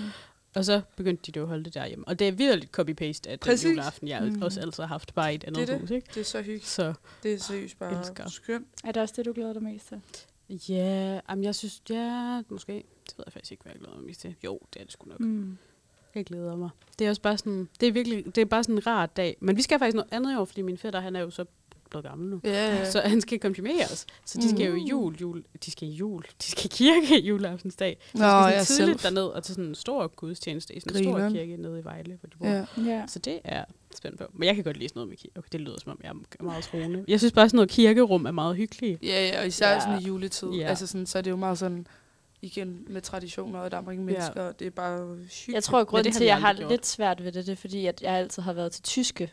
Og så begyndte de det at holde det derhjemme. Og det er virkelig copy-paste af Præcis. den juleaften, jeg mm. også altid har haft bare i et andet Det er det. hus. Ikke? Det er så hyggeligt. Så Det er seriøst bare Elsker. Elsker. skønt. Er det også det, du glæder dig mest til? ja, jamen, jeg synes, ja, måske. Det ved jeg faktisk ikke, hvad jeg glæder mig mest til. Jo, det er det sgu nok. Mm. Jeg glæder mig. Det er også bare sådan, det er virkelig, det er bare sådan en rar dag. Men vi skal faktisk noget andet i år, fordi min fætter, han er jo så blevet gammel nu. Ja, ja. Mm. Så han skal konfirmeres. Så de skal jo i jul, jul, de skal i jul, de skal i kirke juleaftensdag. Så de Nå, skal ja, sådan tidligt selv. derned og til sådan en stor gudstjeneste i sådan en Grineren. stor kirke nede i Vejle, hvor de bor. ja. Ja. Så det er spændt på. Men jeg kan godt lide sådan noget med kirke. Okay, det lyder som om, jeg er meget troende. Jeg synes bare, sådan noget kirkerum er meget hyggeligt. Ja, ja, og især Ja. ja. sådan i juletid. Ja. Ja. Altså sådan, så er det jo meget sådan, igen med traditioner, og der er mange mennesker, og det er bare sygt. Jeg tror, at Men det grunden har til, vi at jeg har aldrig gjort. lidt svært ved det, det er fordi, at jeg altid har været til tyske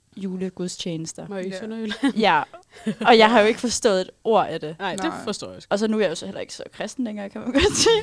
julegudstjenester. Må jeg i Ja. Sønderjylland? ja, og jeg har jo ikke forstået et ord af det. Nej, det Nej. forstår jeg sgu. Og så nu er jeg jo så heller ikke så kristen længere, kan man godt sige.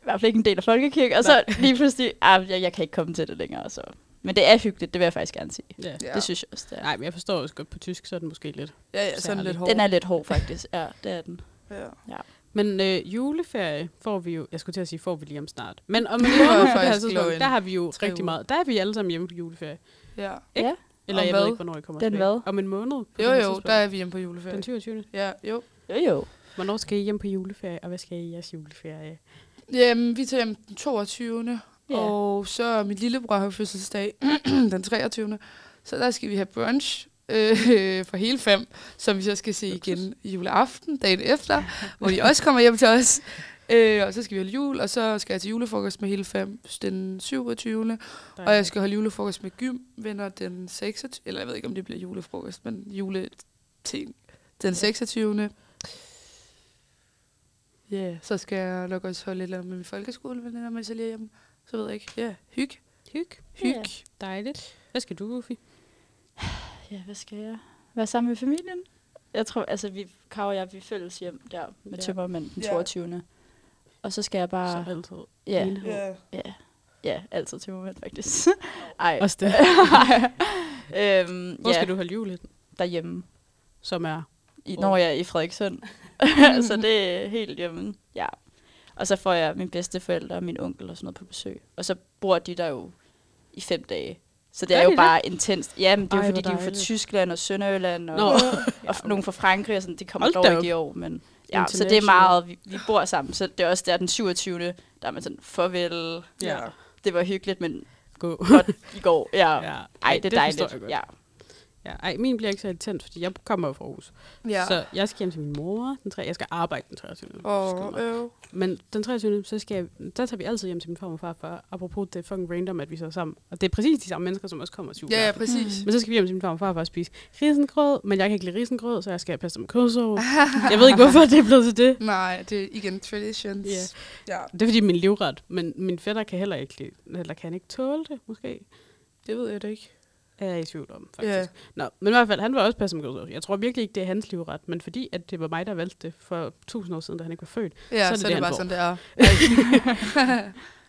I hvert fald ikke en del af folkekirken. Og så lige pludselig, ah, jeg, jeg kan ikke komme til det længere. Så. Men det er hyggeligt, det vil jeg faktisk gerne sige. Ja. Ja. Det synes jeg også, det er. Nej, men jeg forstår også godt på tysk, så er den måske lidt. ja, ja, sådan særligt. lidt hårdt. Den er lidt hård, faktisk. Ja, det er den. Ja. Men øh, juleferie får vi jo, jeg skulle til at sige, får vi lige om snart. Men om en Det var måned, på det her faktisk tidspunkt, klokken der har vi jo tre rigtig uger. meget. Der er vi alle sammen hjemme på juleferie. ja. Ikke? Ja. Eller Om jeg ved hvad? ikke, hvornår I kommer Den tilbage. hvad? Om en måned? på Jo, det her jo, tidspunkt. der er vi hjemme på Den juleferie. 27. Ja, jo. Jo, jo. Hvornår skal I hjem på juleferie, og hvad skal I i jeres juleferie? Jamen, vi tager hjem den 22. Ja. Ja. Og så er min lillebror har fødselsdag den 23. Så der skal vi have brunch øh, for hele fem, som vi så skal se igen juleaften dagen efter, hvor de også kommer hjem til os. Øh, og så skal vi holde jul, og så skal jeg til julefrokost med hele fem den 27. Der Og jeg skal holde julefrokost med gymvenner den 26. Eller jeg ved ikke, om det bliver julefrokost, men juleting den 26. Ja, yeah. så skal jeg nok også holde et eller andet med min folkeskoleveninder, mens jeg lige er hjemme. Så ved jeg ikke. Ja, yeah. hyg. Hyg. Hyg. Ja. Dejligt. Hvad skal du, Goofy? Ja, hvad skal jeg? Være sammen med familien? Jeg tror, altså, vi, Karo og jeg, vi er fælles hjem der med Ja. ja. tømmermænd den Ja. 22. Og så skal jeg bare... Så altid. ja, enhed. ja, ja, altid tømmermænd, faktisk. Ej. Også det. øhm, Hvor ja, skal du holde jul hen? derhjemme. Som er... I, Hvor? når jeg er i Frederikssund. så det er helt hjemme. Ja. Og så får jeg mine bedsteforældre og min onkel og sådan noget på besøg. Og så bor de der jo i fem dage. Så det Gør er jo de det? bare intenst. Ja, men det er jo Ej, hvor fordi, de er jo fra dejligt. Tyskland og Sønderjylland og, Nå. og f- nogen fra Frankrig og sådan. Det kommer Hold dog da ikke i år, men ja, så det er International. meget, vi, vi bor sammen. Så det er også der den 27. Der er man sådan, farvel, Ja. det var hyggeligt, men Gå. godt i går. Ja. Ja. Ej, det er dejligt. forstår jeg godt. Ja. Ja. Ej, min bliver ikke så intens, fordi jeg kommer jo fra Aarhus. Ja. Så jeg skal hjem til min mor. Den tre, jeg skal arbejde den 23. Skide Og øh, mig. øv. Men den 23. så skal jeg, der tager vi altid hjem til min far og far, for apropos det er fucking random, at vi så er sammen. Og det er præcis de samme mennesker, som også kommer til Ja, ja, juleaften. præcis. Men så skal vi hjem til min far og far for at spise risengrød, men jeg kan ikke lide risengrød, så jeg skal have pasta med kødsov. jeg ved ikke, hvorfor det er blevet til det. Nej, det er igen traditions. Mm. Ja. Ja. Det er fordi det er min livret, men min fætter kan heller ikke lide, eller kan ikke tåle det, måske. Det ved jeg da ikke. Er jeg i tvivl om, faktisk. Ja. Nå, men i hvert fald, han var også passet med kødsov. Jeg tror virkelig ikke, det er hans livret, men fordi at det var mig, der valgte det for tusind år siden, da han ikke var født. ja, Så er det så, så det, det er han det bare får. sådan, det er.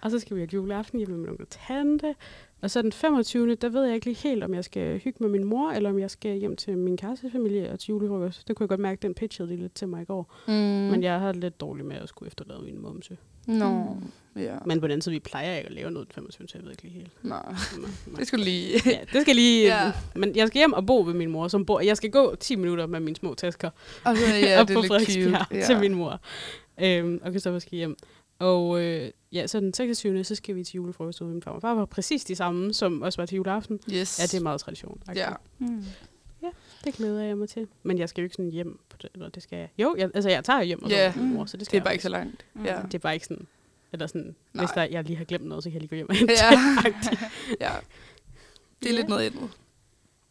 Og så skal vi have juleaften hjemme med min onkel og tante. Og så den 25. der ved jeg ikke lige helt, om jeg skal hygge med min mor, eller om jeg skal hjem til min kærestes familie og til julefrokost. Det kunne jeg godt mærke, den pitchede de lidt til mig i går. Mm. Men jeg har det lidt dårligt med at skulle efterlade min momse. Nå, ja. Mm. Men på den anden side, vi plejer ikke at lave noget den 25. så jeg ved ikke lige helt. Nej, Nå, nå. det skulle lige... Ja, det skal lige... Ja. Men jeg skal hjem og bo ved min mor, som bor... Jeg skal gå 10 minutter med mine små tasker Og så, ja, op det på er lidt Frederiksbjerg cute. Ja. til min mor. Øhm, og Kristoffer skal hjem. Og øh, ja, så den 26. så skal vi til julefrokost ude ved min far. og far var præcis de samme, som også var til juleaften. Yes. Ja, det er meget tradition. faktisk. Ja. Mm. Det glæder jeg mig til. Men jeg skal jo ikke sådan hjem på det, eller det skal jeg. Jo, jeg, altså jeg tager jo hjem og Ja. yeah. min mor, Mm. så det skal Det er jeg bare ikke så også. langt. Ja. Det er bare ikke sådan, eller sådan, Nej. Nej. hvis der, jeg lige har glemt noget, så kan jeg lige gå hjem og hente Ja. det. ja. Det er Ja. lidt noget andet.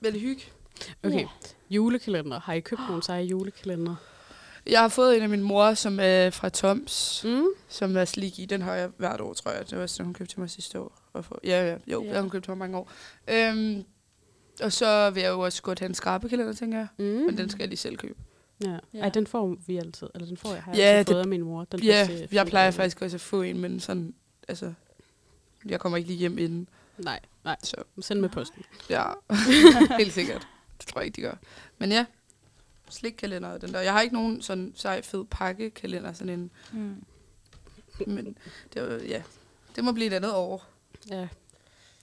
Vel hygge. Okay, Ja. julekalender. Har I købt nogle seje julekalender? Jeg har fået en af min mor, som er fra Toms, Mm. som er slik i. Den har jeg hvert år, tror jeg. Det var sådan, hun købte til mig sidste år. Og for, ja, ja, jo, Ja. ja. den har hun købt til mig mange år. Øhm, og så vil jeg jo også godt have en skrabekalender, tænker jeg. Mm. Men den skal jeg lige selv købe. Ja. Ja. Ej, den får vi altid. Eller den får jeg, har jeg Ja, altid det- fået af min mor. Den Ja, første jeg plejer fridag. faktisk også at få en, men sådan, altså, jeg kommer ikke lige hjem inden. Nej, nej. Så Send med posten. ja, helt sikkert. Det tror jeg ikke, de gør. Men ja, slikkalender og den der. Jeg har ikke nogen sådan sej, fed pakkekalender, sådan en Mm. Men det, var- ja, det må blive et andet år. Ja. Jeg,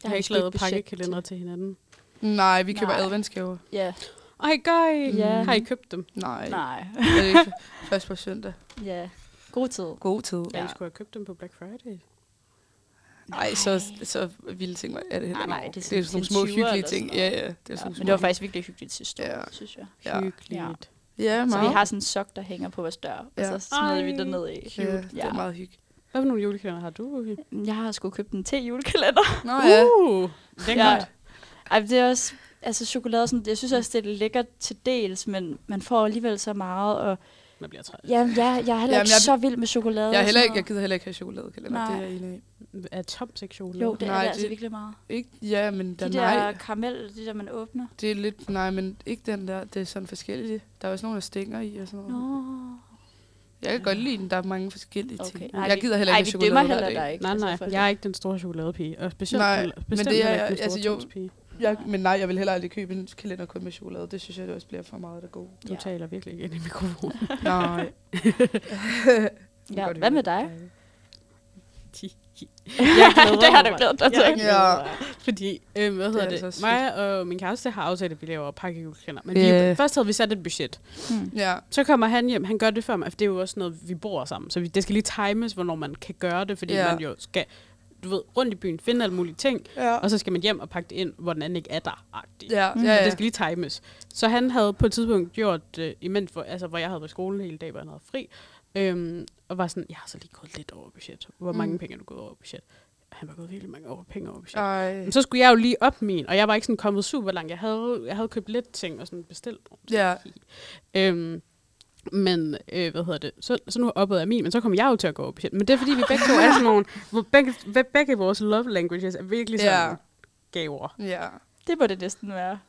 Jeg har ikke lavet budget pakkekalender til hinanden. Nej, vi køber Nej. Nej. adventsgaver. Ja, Ej, gør I? Ja. Mm. Har I købt dem? Nej, Nej. nej. Er det ikke først på søndag. Ja, god tid. God tid. Ja. Ja. I skulle have købt dem på Black Friday. Nej, så, så vilde ting var- er det heller Nej, ikke. nej, det er det er sådan sådan nogle til små 20'er hyggelige eller ting. sådan Ja, noget. ja, det er sådan Ja, ja, men det var faktisk virkelig hyggeligt sidste år, Ja. synes jeg. Ja. Hyggeligt. Ja, Så meget. vi har sådan en sok, der hænger på vores dør, Ja. og så smider vi Ej, det ned i. ja, det Ja. er meget hyggeligt. Hvad for nogle julekalender har du? Uhi? Jeg har sgu købt en te-julekalender. Nå ja. Uh, det er godt. Ej, men det er også, altså chokolade, og sådan, jeg synes også, det er lækkert til dels, men man får alligevel så meget, og Man bliver træt. ja, jeg, jeg er heller Jamen, ikke jeg- så vild med chokolade. Jeg, er og heller sådan ikke, jeg gider heller ikke have chokoladekalender. uh. Nej. Det er jeg enig i. Er tom sektion? noget. Jo, det er Nej, det, altså det- virkelig meget. Ikke, ja, men De der, der nej. karamel, de der, man åbner. Det er lidt, nej, men ikke den der. Det er sådan forskellige. Der er også nogle, der stinger i og sådan noget. Nå. Mm. Jeg kan godt lide den. Der er mange forskellige ting. Okay. Okay. Ej, jeg vi- gider heller ej, ikke have vi dømmer chokolade hver heller dag. dig ikke. Nej, nej, altså, for- jeg er ikke den store chokoladepige. Og specielt, Nej, nej, men bestemt det heller er- ikke den altså, store jo. altså, pige. Jeg, men nej, jeg vil heller aldrig købe en kalender kun med chokolade. Det synes jeg det også bliver for meget af det gode. Du Ja. taler virkelig ikke ind i mikrofonen. Nej. Ja, hvad med dig? Jeg glæder det har mig du bare. glædet dig til. Jeg Ja. glæder mig. Fordi, øh, hvad hedder er det? altså Mig og min kæreste har aftalt, at vi laver pakkejulekalender. Men Ja. vi, først havde vi sat et budget. ja. Så kommer han hjem, han gør det før mig, for det er jo også noget, vi bor sammen. Så vi, det skal lige times, hvornår man kan gøre det, fordi Ja. man jo skal du ved, rundt i byen, finde alle mulige ting, Ja. og så skal man hjem og pakke det ind, hvor den anden ikke er der. -agtigt. Ja, Mm. ja, Og ja. det skal lige times. Så han havde på et tidspunkt gjort, øh, imens hvor, altså, hvor jeg havde været i skolen hele dag, hvor han havde fri, øhm, og var sådan, jeg har så lige gået lidt over budget. Hvor mange Mm. penge er du gået over budget? Han var gået virkelig mange over penge over budget. Ej. Men så skulle jeg jo lige op min, og jeg var ikke sådan kommet super langt. Jeg havde, jeg havde købt lidt ting og sådan bestilt. Ja. Øhm, men, øh, hvad hedder det, så, så nu oppede jeg min, men så kom jeg jo til at gå over budget. Men det er fordi, vi begge to er sådan nogle, hvor begge, hvor begge vores love languages er virkelig sådan Ja. yeah. gaver. Ja. Det må det næsten være.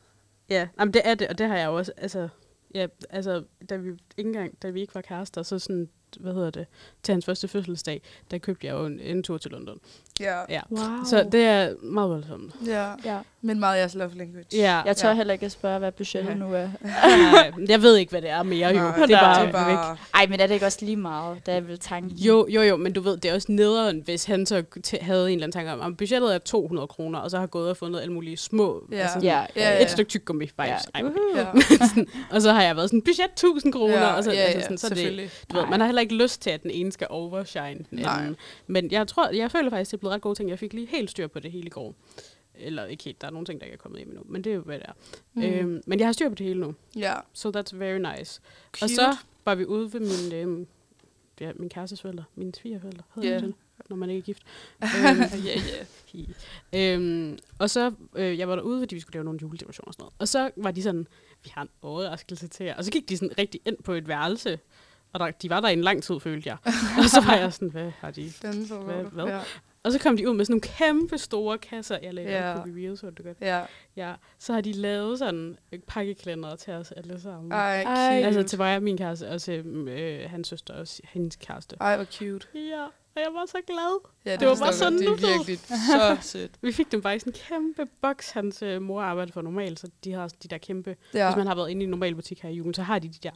Ja, jamen, det er det, og det har jeg jo også, altså, ja, altså, da vi ikke engang, da vi ikke var kærester, så sådan, hvad hedder det, til hans første fødselsdag, der købte jeg jo en, en tur til London. Ja. Ja. Wow. Så det er meget voldsomt. Ja. Ja. Men meget jeres love language. Ja. Jeg tør Ja. heller ikke at spørge, hvad budgettet nu er. Nej, jeg ved ikke, hvad det er mere, jo. Nej, det er bare, det er bare... Ej, men er det ikke også lige meget, der er vel tanken? Jo, jo, jo, men du ved, det er også nederen, hvis han så t- havde en eller anden tanke om, at budgettet er 200 kroner, og så har gået og fundet alle mulige små, Ja. ja. altså, Ja, Ja, ja. et stykke tyggegummi vibes. Ja. Ja. Ja. og så har jeg været sådan, budget 1000 kroner, Ja, og så, ja, altså, ja, sådan, så er det, selvfølgelig. du ved, man har heller ikke lyst til, at den ene skal overshine den Nej. anden. Men jeg tror, jeg føler faktisk, det er blevet ret gode ting. Jeg fik lige helt styr på det hele i går. Eller ikke helt, der er nogle ting, der ikke er kommet hjem endnu, men det er jo, hvad det er. Mm. Mm. Øhm, men jeg har styr på det hele nu. Ja. So that's very nice. Cute. Og Cute. så var vi ude ved min, øhm, ja, min kærestes forældre, mine svigerforældre, hedder Ja. yeah. det, når man ikke er gift. øhm, Ja, ja. hi. øhm, og så, øh, jeg var derude, fordi vi skulle lave nogle juledekorationer og sådan noget. Og så var de sådan, vi har en overraskelse til jer. Og så gik de sådan rigtig ind på et værelse, og der, de var der i en lang tid, følte jeg. og så var jeg sådan, hvad har de? Den så Hvad- godt. hvad? Ja. Og så kom de ud med sådan nogle kæmpe store kasser. Jeg lavede Ja. yeah. på review, så du godt. Ja. Ja, så har de lavet sådan pakkeklænder til os alle sammen. Ej, Ej. cute. Altså til mig og min kæreste, og til øh, hans søster og s- hendes kæreste. Ej, hvor cute. Ja, og jeg var så glad. Ja, Det var bare forstår jeg sådan, godt. du Det ved. er virkelig så sødt. Vi fik dem bare i sådan en kæmpe boks. Hans øh, mor arbejder for normalt, så de har de der kæmpe... Ja. Ja. Hvis man har været inde i en normal butik her i julen, så har de de der,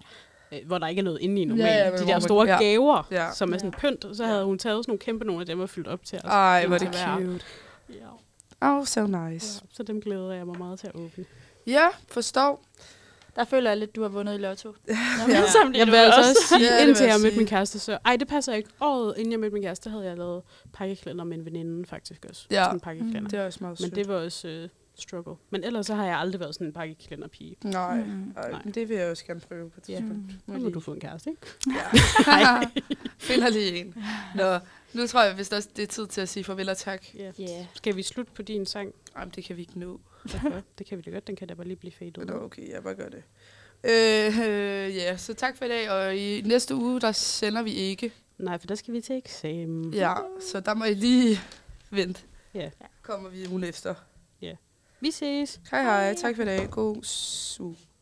øh, hvor der ikke er noget inde i normalt. Ja, Ja, ja, ja, men de hvor der man- store ja. gaver, Ja. ja. som er sådan pynt. Så havde hun taget sådan nogle kæmpe nogle af dem og fyldt op til os. Ej, hvor er til det hver. cute. Ja. Oh, so nice. Ja. Så dem glæder jeg mig meget til at åbne. Ja, forstår. Der føler jeg lidt, du har vundet i lotto. Ja. Som Jeg vil altså også sige, Ja, det vil ja, indtil jeg jeg mødte sige. min kæreste, så... Ej, det passer ikke. Året inden jeg mødte min kæreste, havde jeg lavet pakkeklænder med en veninde faktisk også. Ja. Sådan en pakkeklænder. Det er også meget Men sødt. det var også øh, struggle. Men ellers så har jeg aldrig været sådan en pakkeklænder-pige. Nej, Mm. Ej, Nej. men det vil jeg også gerne prøve på et Ja. tidspunkt. Nu må du få en kæreste, ikke? Ja. Finder lige en. Nå, nu tror jeg vist også, det er tid til at sige farvel og tak. Yeah. Ja. Skal vi slutte på din sang? Jamen, det kan vi ikke nå. Hvorfor? det kan vi da godt. Den kan da bare lige blive fadet. Nå, okay, jeg bare gør det. Øh, øh, ja, så tak for i dag, og i næste uge, der sender vi ikke. Nej, for der skal vi til eksamen. Ja, så der må I lige vente. Ja. Kommer vi ugen efter. Vi ses. Hej hej, tak for i dag. God uge.